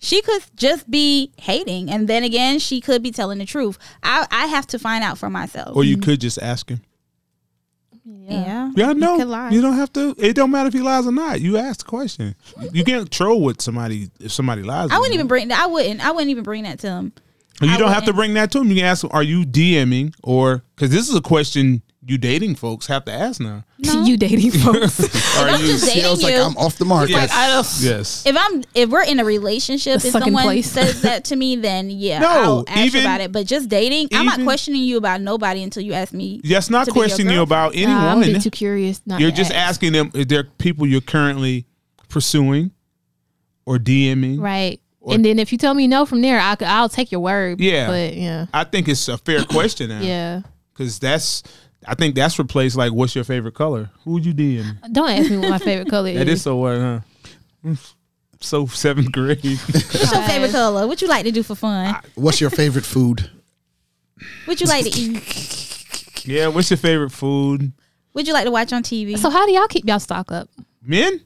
[SPEAKER 1] She could just be hating, and then again, she could be telling the truth. I I have to find out for myself.
[SPEAKER 2] Or you
[SPEAKER 4] Mm-hmm.
[SPEAKER 2] could just ask him.
[SPEAKER 1] yeah,
[SPEAKER 2] Oh, Yeah, no,
[SPEAKER 1] could lie.
[SPEAKER 2] you don't have to. It don't matter if he lies or not. You ask the question. You can't troll with somebody if somebody lies.
[SPEAKER 1] I wouldn't even bring. I wouldn't. I wouldn't even bring that to him.
[SPEAKER 2] You
[SPEAKER 1] I
[SPEAKER 2] don't have to
[SPEAKER 1] wouldn't.
[SPEAKER 2] bring that to him. You can ask him, "Are you DMing?" Or because this is a question you dating folks have to ask now.
[SPEAKER 1] No.
[SPEAKER 4] You dating folks.
[SPEAKER 2] Are
[SPEAKER 1] I'm
[SPEAKER 2] you?
[SPEAKER 1] just
[SPEAKER 3] See, I was
[SPEAKER 1] dating
[SPEAKER 3] like,
[SPEAKER 1] you.
[SPEAKER 3] I'm off the mark.
[SPEAKER 2] yes.
[SPEAKER 4] I don't-
[SPEAKER 2] yes.
[SPEAKER 1] if I'm if we're in a relationship
[SPEAKER 4] The
[SPEAKER 1] and
[SPEAKER 4] sucking
[SPEAKER 1] someone
[SPEAKER 4] place.
[SPEAKER 1] says that to me, then yeah,
[SPEAKER 2] No,
[SPEAKER 1] I'll ask
[SPEAKER 2] even-
[SPEAKER 1] you about it. But just dating, I'm not
[SPEAKER 2] even-
[SPEAKER 1] questioning you about nobody until you ask me.
[SPEAKER 2] Yes, not
[SPEAKER 1] to be your
[SPEAKER 2] questioning you about anyone.
[SPEAKER 4] Nah, I'm a bit too curious. Not
[SPEAKER 2] you're
[SPEAKER 4] to
[SPEAKER 2] just
[SPEAKER 4] ask.
[SPEAKER 2] asking them if they're people you're currently pursuing or DMing.
[SPEAKER 4] Right. and then if you tell me no from there, I, will take your word.
[SPEAKER 2] Yeah.
[SPEAKER 4] But yeah.
[SPEAKER 2] I think it's a fair question now.
[SPEAKER 4] Yeah.
[SPEAKER 2] Because that's, I think that's replaced like, what's your favorite color? Who would you DM?
[SPEAKER 4] Don't ask me what my favorite color is.
[SPEAKER 2] That is so what, huh? So seventh grade.
[SPEAKER 1] What's your favorite color? What you like to do for fun?
[SPEAKER 3] What's your favorite food?
[SPEAKER 1] What you like to eat?
[SPEAKER 2] yeah, what's your favorite food?
[SPEAKER 1] What you like to watch on TV?
[SPEAKER 4] So how do y'all keep y'all stock up?
[SPEAKER 2] Men?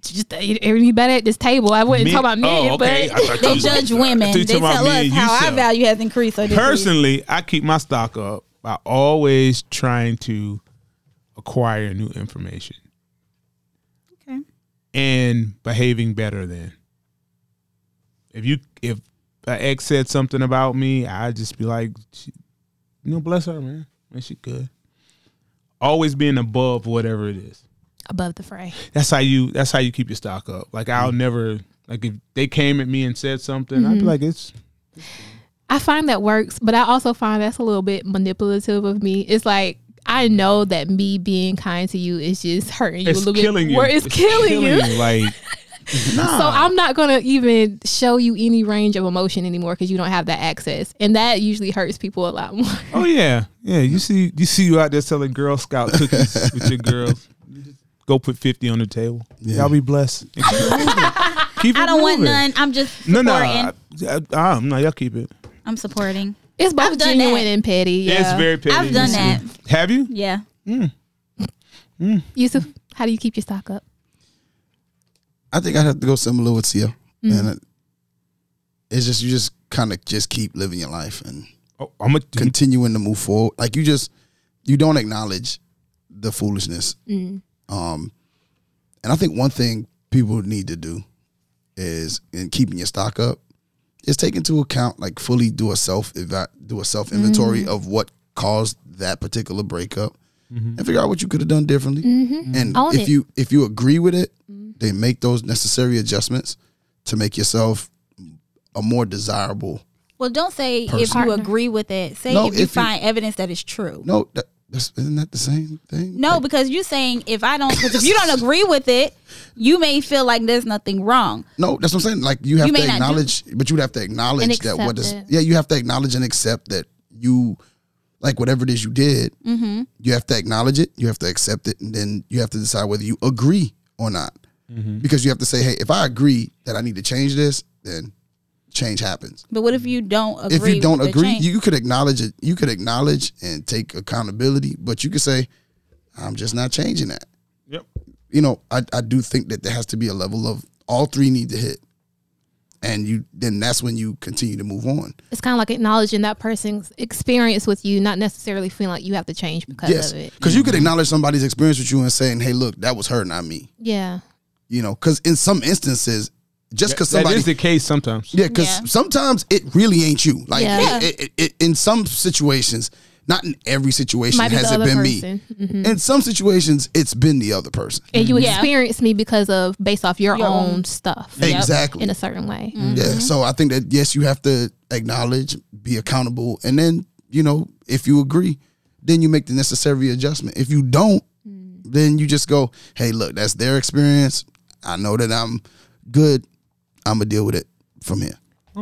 [SPEAKER 4] Just everybody at this table. I wouldn't
[SPEAKER 2] Men-
[SPEAKER 4] talk about me,
[SPEAKER 2] Oh, okay. I
[SPEAKER 4] but
[SPEAKER 2] thought
[SPEAKER 1] they
[SPEAKER 2] you-
[SPEAKER 1] judge
[SPEAKER 2] I
[SPEAKER 1] women.
[SPEAKER 2] thought you
[SPEAKER 1] They
[SPEAKER 2] talking
[SPEAKER 1] tell
[SPEAKER 2] about me
[SPEAKER 1] us
[SPEAKER 2] and
[SPEAKER 1] how our
[SPEAKER 2] yourself.
[SPEAKER 1] value has increased. Or decreased.
[SPEAKER 2] Personally, I keep my stock up by always trying to acquire new information
[SPEAKER 1] Okay.
[SPEAKER 2] and behaving better then. If you if an ex said something about me, I'd just be like, she, you know, bless her, man. Man, she good. Always being above whatever it is.
[SPEAKER 4] above the fray.
[SPEAKER 2] That's how you that's how you keep your stock up. Like I'll never like if they came at me and said something, I'd be like, it's
[SPEAKER 4] I find that works, but I also find that's a little bit manipulative of me. It's like I know that me being kind to you is just hurting you a
[SPEAKER 2] it's
[SPEAKER 4] little
[SPEAKER 2] killing
[SPEAKER 4] bit.
[SPEAKER 2] you.
[SPEAKER 4] Where it's, killing, you.
[SPEAKER 2] Like
[SPEAKER 4] So I'm not gonna even show you any range of emotion anymore because you don't have that access, and that usually hurts people a lot more.
[SPEAKER 2] Oh yeah, yeah. You see, you see you out there selling Girl Scout cookies with your girls. You just Go put fifty on the table. Y'all be blessed. And keep it moving. Keep
[SPEAKER 1] I
[SPEAKER 2] it
[SPEAKER 1] don't want
[SPEAKER 2] moving.
[SPEAKER 1] none. I'm just
[SPEAKER 2] No,
[SPEAKER 1] supporting.
[SPEAKER 2] no, I, I, I'm not. Y'all keep it.
[SPEAKER 1] I'm supporting.
[SPEAKER 4] It's both
[SPEAKER 1] I've done
[SPEAKER 4] genuine
[SPEAKER 1] that.
[SPEAKER 4] and petty. Yeah.
[SPEAKER 2] It's very petty.
[SPEAKER 1] I've done that.
[SPEAKER 2] Have you?
[SPEAKER 1] Yeah.
[SPEAKER 4] Yusuf, how do you keep your stock up?
[SPEAKER 3] I think I'd have to go similar with Sia.
[SPEAKER 1] Mm-hmm.
[SPEAKER 3] And it, it's just you just kind of just keep living your life and
[SPEAKER 2] Oh, I'm a
[SPEAKER 3] continuing to move forward. Like you just you don't acknowledge the foolishness.
[SPEAKER 4] Mm.
[SPEAKER 3] Um, and I think one thing people need to do is in keeping your stock up is take into account like fully do a self eva- do a self inventory
[SPEAKER 4] Mm.
[SPEAKER 3] of what caused that particular breakup and figure out what you could have done differently. And
[SPEAKER 4] Mm-hmm. Own
[SPEAKER 3] if
[SPEAKER 4] it. Mm.
[SPEAKER 3] you if you agree with it, then make those necessary adjustments to make yourself a more desirable
[SPEAKER 1] Well, don't say if you
[SPEAKER 4] Partner.
[SPEAKER 1] agree with it. Say
[SPEAKER 3] No,
[SPEAKER 1] if you
[SPEAKER 3] if you-
[SPEAKER 1] find evidence that it's true.
[SPEAKER 3] No, that, that's isn't that the same thing?
[SPEAKER 1] No, because you're saying if I don't, because if you don't agree with it, you may feel like there's nothing wrong.
[SPEAKER 3] No, that's what I'm saying. Like you have
[SPEAKER 1] You may
[SPEAKER 3] to
[SPEAKER 1] not do-
[SPEAKER 3] acknowledge, but you would have to acknowledge that what
[SPEAKER 4] accept
[SPEAKER 3] is.
[SPEAKER 4] it.
[SPEAKER 3] Yeah, you have to acknowledge and accept that you, like whatever it is you did,
[SPEAKER 1] Mm-hmm.
[SPEAKER 3] you have to acknowledge it. You have to accept it, and then you have to decide whether you agree or not. Because you have to say, hey, if I agree that I need to change this, then change happens.
[SPEAKER 1] But what if you don't agree?
[SPEAKER 3] if you don't
[SPEAKER 1] with the
[SPEAKER 3] agree,
[SPEAKER 1] change?
[SPEAKER 3] you, you could acknowledge it. You could acknowledge and take accountability, but you could say, I'm just not changing that.
[SPEAKER 2] Yep.
[SPEAKER 3] you know, I, I do think that there has to be a level of all three need to hit. And you then that's when you continue to move on.
[SPEAKER 4] It's kind of like acknowledging that person's experience with you, not necessarily feeling like you have to change because
[SPEAKER 3] yes.
[SPEAKER 4] of it. Mm-hmm.
[SPEAKER 3] Because you could acknowledge somebody's experience with you and saying, hey, look, that was her, not me.
[SPEAKER 4] Yeah.
[SPEAKER 3] You know, because in some instances, just because
[SPEAKER 2] That
[SPEAKER 3] somebody.
[SPEAKER 2] is the case sometimes.
[SPEAKER 3] yeah, because
[SPEAKER 1] Yeah.
[SPEAKER 3] sometimes it really ain't you. Like,
[SPEAKER 4] Yeah.
[SPEAKER 3] it, it, it, it- in some situations, not in every situation
[SPEAKER 4] Might be
[SPEAKER 3] has
[SPEAKER 4] the
[SPEAKER 3] it
[SPEAKER 4] other
[SPEAKER 3] been
[SPEAKER 4] person. Mm-hmm.
[SPEAKER 3] me. In some situations, it's been the other person.
[SPEAKER 4] And you
[SPEAKER 1] Yeah.
[SPEAKER 4] experience me because of based off your,
[SPEAKER 1] Your
[SPEAKER 4] own,
[SPEAKER 1] own- Mm-hmm.
[SPEAKER 4] stuff
[SPEAKER 3] Exactly.
[SPEAKER 4] in a certain way.
[SPEAKER 3] Yeah. So I think that yes, you have to acknowledge, be accountable, and then you know if you agree, then you make the necessary adjustment. If you don't, then you just go, hey, look, that's their experience. I know that I'm good. I'm gonna deal with it from here.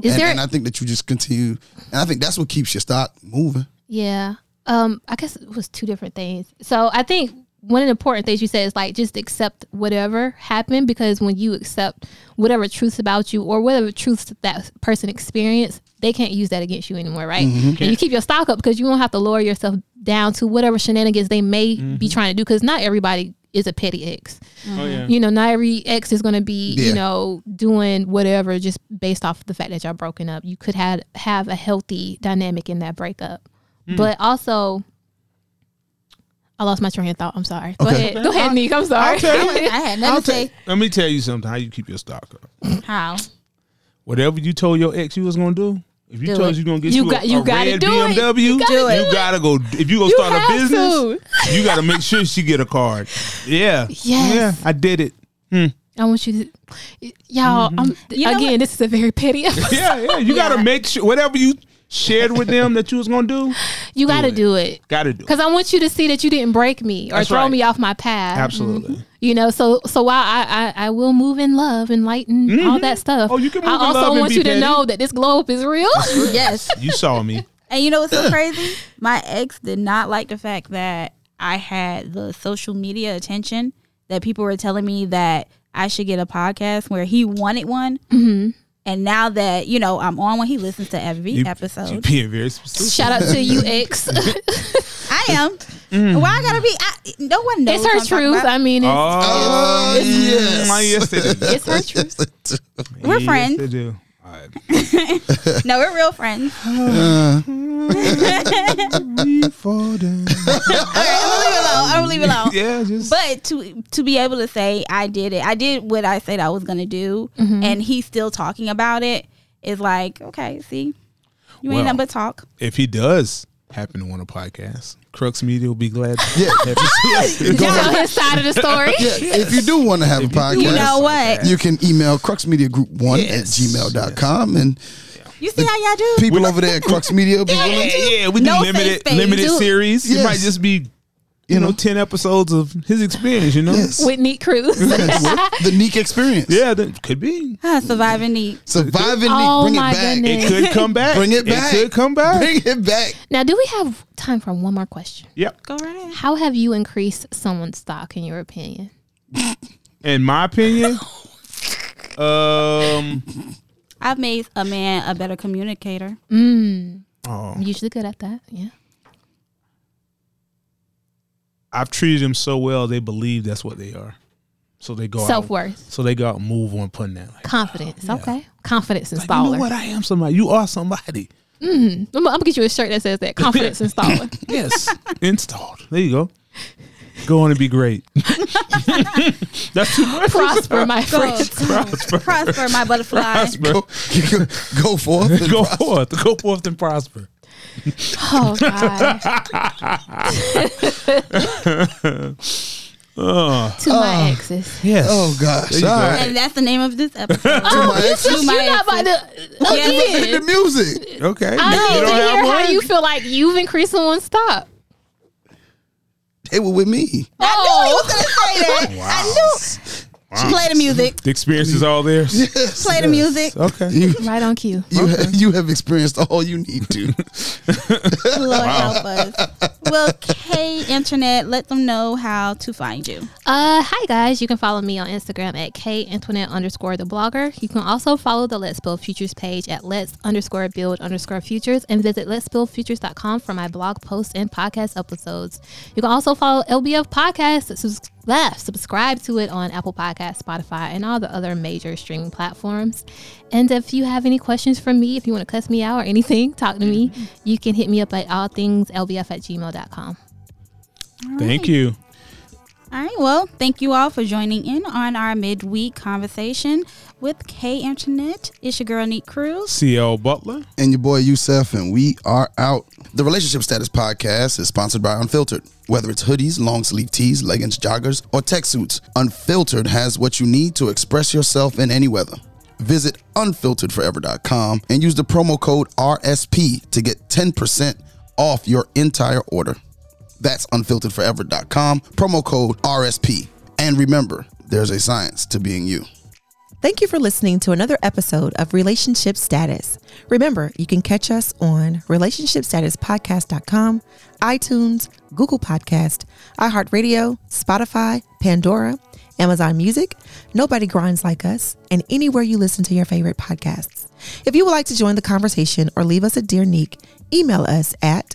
[SPEAKER 4] Is
[SPEAKER 3] and,
[SPEAKER 4] there
[SPEAKER 3] and I think that you just continue, and I think that's what keeps your stock moving.
[SPEAKER 4] Yeah. Um, I guess it was two different things. So I think one of the important things you said is like just accept whatever happened because when you accept whatever truths about you or whatever truths that person experienced, they can't use that against you anymore, right?
[SPEAKER 3] Mm-hmm.
[SPEAKER 4] And you keep your stock up because you don't have to lower yourself down to whatever shenanigans they may
[SPEAKER 3] Mm-hmm.
[SPEAKER 4] be trying to do because not everybody is a petty ex.
[SPEAKER 2] Oh yeah.
[SPEAKER 4] You know, not every ex is going to be,
[SPEAKER 3] Yeah.
[SPEAKER 4] you know, doing whatever just based off the fact that y'all broken up. You could have have a healthy dynamic in that breakup, but also, I lost my train of thought. I'm sorry. Go
[SPEAKER 3] Okay.
[SPEAKER 4] ahead, go ahead, Nick. I'm sorry.
[SPEAKER 1] I, was- I had nothing
[SPEAKER 2] I'll
[SPEAKER 1] to say.
[SPEAKER 2] tell- let me tell you something. How you keep your stock up?
[SPEAKER 1] How?
[SPEAKER 2] Whatever you told your ex you was gonna do. If you
[SPEAKER 1] Do
[SPEAKER 2] told
[SPEAKER 1] it.
[SPEAKER 2] you gonna get
[SPEAKER 4] You
[SPEAKER 2] you,
[SPEAKER 4] got-
[SPEAKER 2] a,
[SPEAKER 4] you
[SPEAKER 2] a
[SPEAKER 4] gotta
[SPEAKER 2] red
[SPEAKER 4] do it.
[SPEAKER 2] BMW,
[SPEAKER 4] You
[SPEAKER 2] you
[SPEAKER 4] gotta
[SPEAKER 2] gotta,
[SPEAKER 4] do
[SPEAKER 2] go.
[SPEAKER 4] it.
[SPEAKER 2] If you gonna
[SPEAKER 4] You
[SPEAKER 2] start a
[SPEAKER 4] have
[SPEAKER 2] business,
[SPEAKER 4] to.
[SPEAKER 2] you gotta make sure she get a card. Yeah.
[SPEAKER 4] Yes.
[SPEAKER 2] Yeah. I did it.
[SPEAKER 4] I want you to, y'all. I'm,
[SPEAKER 1] know
[SPEAKER 4] again, this is a very petty.
[SPEAKER 2] Yeah. Yeah. You gotta make sure whatever you shared with them that you was gonna do,
[SPEAKER 4] you got to
[SPEAKER 2] it.
[SPEAKER 4] do it
[SPEAKER 2] gotta do. it.
[SPEAKER 4] because I want you to see that you didn't break me or
[SPEAKER 2] That's
[SPEAKER 4] throw
[SPEAKER 2] right.
[SPEAKER 4] me off my path.
[SPEAKER 2] Absolutely.
[SPEAKER 4] You know, so so while I I, I will move in love and light and all that stuff,
[SPEAKER 2] Oh, you can
[SPEAKER 4] I
[SPEAKER 2] move in
[SPEAKER 4] also
[SPEAKER 2] love and
[SPEAKER 4] want
[SPEAKER 2] be
[SPEAKER 4] you to
[SPEAKER 2] petty.
[SPEAKER 4] know that this globe is real.
[SPEAKER 1] Yes.
[SPEAKER 2] You saw me.
[SPEAKER 1] And you know what's so crazy? My ex did not like the fact that I had the social media attention that people were telling me that I should get a podcast where he wanted one. Mm-hmm. And now that, you know, I'm on one, he listens to every
[SPEAKER 2] You, You
[SPEAKER 1] episue.
[SPEAKER 2] being very specific.
[SPEAKER 4] Shout out to you, ex. it's
[SPEAKER 1] I am.
[SPEAKER 2] Mm.
[SPEAKER 1] Why I gotta be? I, no one knows. what
[SPEAKER 4] her
[SPEAKER 1] I'm talking
[SPEAKER 4] truth.
[SPEAKER 1] about.
[SPEAKER 4] I mean, it's,
[SPEAKER 2] Oh,
[SPEAKER 3] yes.
[SPEAKER 2] my yesterday.
[SPEAKER 4] it's her truth.
[SPEAKER 1] We're friends.
[SPEAKER 2] Yes, they do. All right.
[SPEAKER 1] no, we're real friends. All right, I'm gonna leave it alone. I'm gonna leave it alone.
[SPEAKER 2] yeah, just
[SPEAKER 1] But to to be able to say I did it, I did what I said I was gonna do, and he's still talking about it is like okay, see, you
[SPEAKER 2] Well.
[SPEAKER 1] ain't nothing but talk.
[SPEAKER 2] if he does happen to want a podcast, Crux Media will be glad. To
[SPEAKER 3] Yeah.
[SPEAKER 4] Did y'all tell his side of the story?
[SPEAKER 3] Yeah, if you do want to have a podcast,
[SPEAKER 1] You know what?
[SPEAKER 3] you can email cruxmediagroup1
[SPEAKER 2] Yes.
[SPEAKER 3] at gmail.com. And
[SPEAKER 1] You see how y'all do?
[SPEAKER 3] people over there at Crux Media will be willing
[SPEAKER 2] yeah, yeah, we do
[SPEAKER 1] No
[SPEAKER 2] limited
[SPEAKER 1] safe space.
[SPEAKER 2] limited
[SPEAKER 1] Do-
[SPEAKER 2] series. It
[SPEAKER 3] Yes.
[SPEAKER 2] might just be you know, ten episodes of his experience. You know,
[SPEAKER 3] Yes.
[SPEAKER 4] with Neat Cruz.
[SPEAKER 3] the Neek experience.
[SPEAKER 2] yeah, that could be.
[SPEAKER 1] Ah, surviving neat.
[SPEAKER 3] Surviving
[SPEAKER 4] Oh
[SPEAKER 3] Neek. Bring
[SPEAKER 4] my
[SPEAKER 3] it back.
[SPEAKER 4] goodness.
[SPEAKER 2] It could come back.
[SPEAKER 3] Bring it back.
[SPEAKER 2] It could come back.
[SPEAKER 3] Bring it back.
[SPEAKER 4] now, do we have time for one more question?
[SPEAKER 2] yep.
[SPEAKER 1] Go right ahead.
[SPEAKER 4] How have you increased someone's stock in your opinion?
[SPEAKER 2] In my opinion, um,
[SPEAKER 1] I've made a man a better communicator.
[SPEAKER 2] oh,
[SPEAKER 4] I'm usually good at that. Yeah.
[SPEAKER 2] I've treated them so well they believe that's what they are, so they go
[SPEAKER 4] Self
[SPEAKER 2] out.
[SPEAKER 4] worth,
[SPEAKER 2] So they go out and move on putting that. Like,
[SPEAKER 4] confidence. Okay. Confidence
[SPEAKER 2] like, you know
[SPEAKER 4] installer.
[SPEAKER 2] what? I am somebody. You are somebody.
[SPEAKER 4] I'm, I'm gonna get you a shirt that says that. Confidence installer.
[SPEAKER 2] Yes, installed. There you go. Go on and be great. That's too much.
[SPEAKER 4] Prosper, my friends.
[SPEAKER 1] prosper. prosper, my butterfly.
[SPEAKER 3] Go, go, go forth. and
[SPEAKER 2] Go
[SPEAKER 3] prosper.
[SPEAKER 2] forth. Go forth and prosper.
[SPEAKER 4] Oh God.
[SPEAKER 2] Oh,
[SPEAKER 4] Uh. to my exes.
[SPEAKER 2] yes.
[SPEAKER 3] Oh gosh!
[SPEAKER 2] There you
[SPEAKER 3] All
[SPEAKER 2] go.
[SPEAKER 3] right.
[SPEAKER 1] And that's the name of this episode.
[SPEAKER 3] To my exes,
[SPEAKER 1] To my
[SPEAKER 4] Oh, You're not about
[SPEAKER 1] exes.
[SPEAKER 4] to again.
[SPEAKER 3] the music.
[SPEAKER 2] Okay.
[SPEAKER 4] I need to
[SPEAKER 2] have
[SPEAKER 4] hear how
[SPEAKER 2] one?
[SPEAKER 4] you feel like you've increased someone's stock.
[SPEAKER 3] They were with me.
[SPEAKER 4] Oh,
[SPEAKER 1] Play the music.
[SPEAKER 2] The experience is all there.
[SPEAKER 3] Yes.
[SPEAKER 1] Play the music.
[SPEAKER 2] Okay.
[SPEAKER 3] You,
[SPEAKER 4] right on cue.
[SPEAKER 3] you, have, you have experienced all you need to.
[SPEAKER 1] Lord help us. Well, K Internet, let them know how to find you.
[SPEAKER 4] Uh, hi guys, you can follow me on Instagram at k antoinette underscore the blogger. You can also follow the Let's Build Futures page at let's underscore build underscore futures and visit let's build futures.com for my blog posts and podcast episodes. You can also follow LBF Podcast, sus- blah, subscribe to it on Apple Podcasts, Spotify, and all the other major streaming platforms. And if you have any questions for me, if you want to cuss me out or anything, talk to me. You can hit me up at all things LBF at gmail.com.
[SPEAKER 2] Thank you.
[SPEAKER 1] All right. Well, thank you all for joining in on our midweek conversation with K Internet. It's your girl, Neat Cruz.
[SPEAKER 2] CL Butler.
[SPEAKER 3] and your boy Youssef, and we are out. The Relationship Status Podcast is sponsored by Unfiltered. Whether it's hoodies, long sleeve tees, leggings, joggers, or tech suits, Unfiltered has what you need to express yourself in any weather. Visit unfilteredforever.com and use the promo code RSP to get 10% off your entire order. That's unfilteredforever.com, promo code RSP. And remember, there's a science to being you.
[SPEAKER 5] Thank you for listening to another episode of Relationship Status. Remember, you can catch us on relationshipstatuspodcast.com, iTunes, Google Podcast, iHeartRadio, Spotify, Pandora, Amazon Music, Nobody Grinds Like Us, and anywhere you listen to your favorite podcasts. If you would like to join the conversation or leave us a dear nick, email us at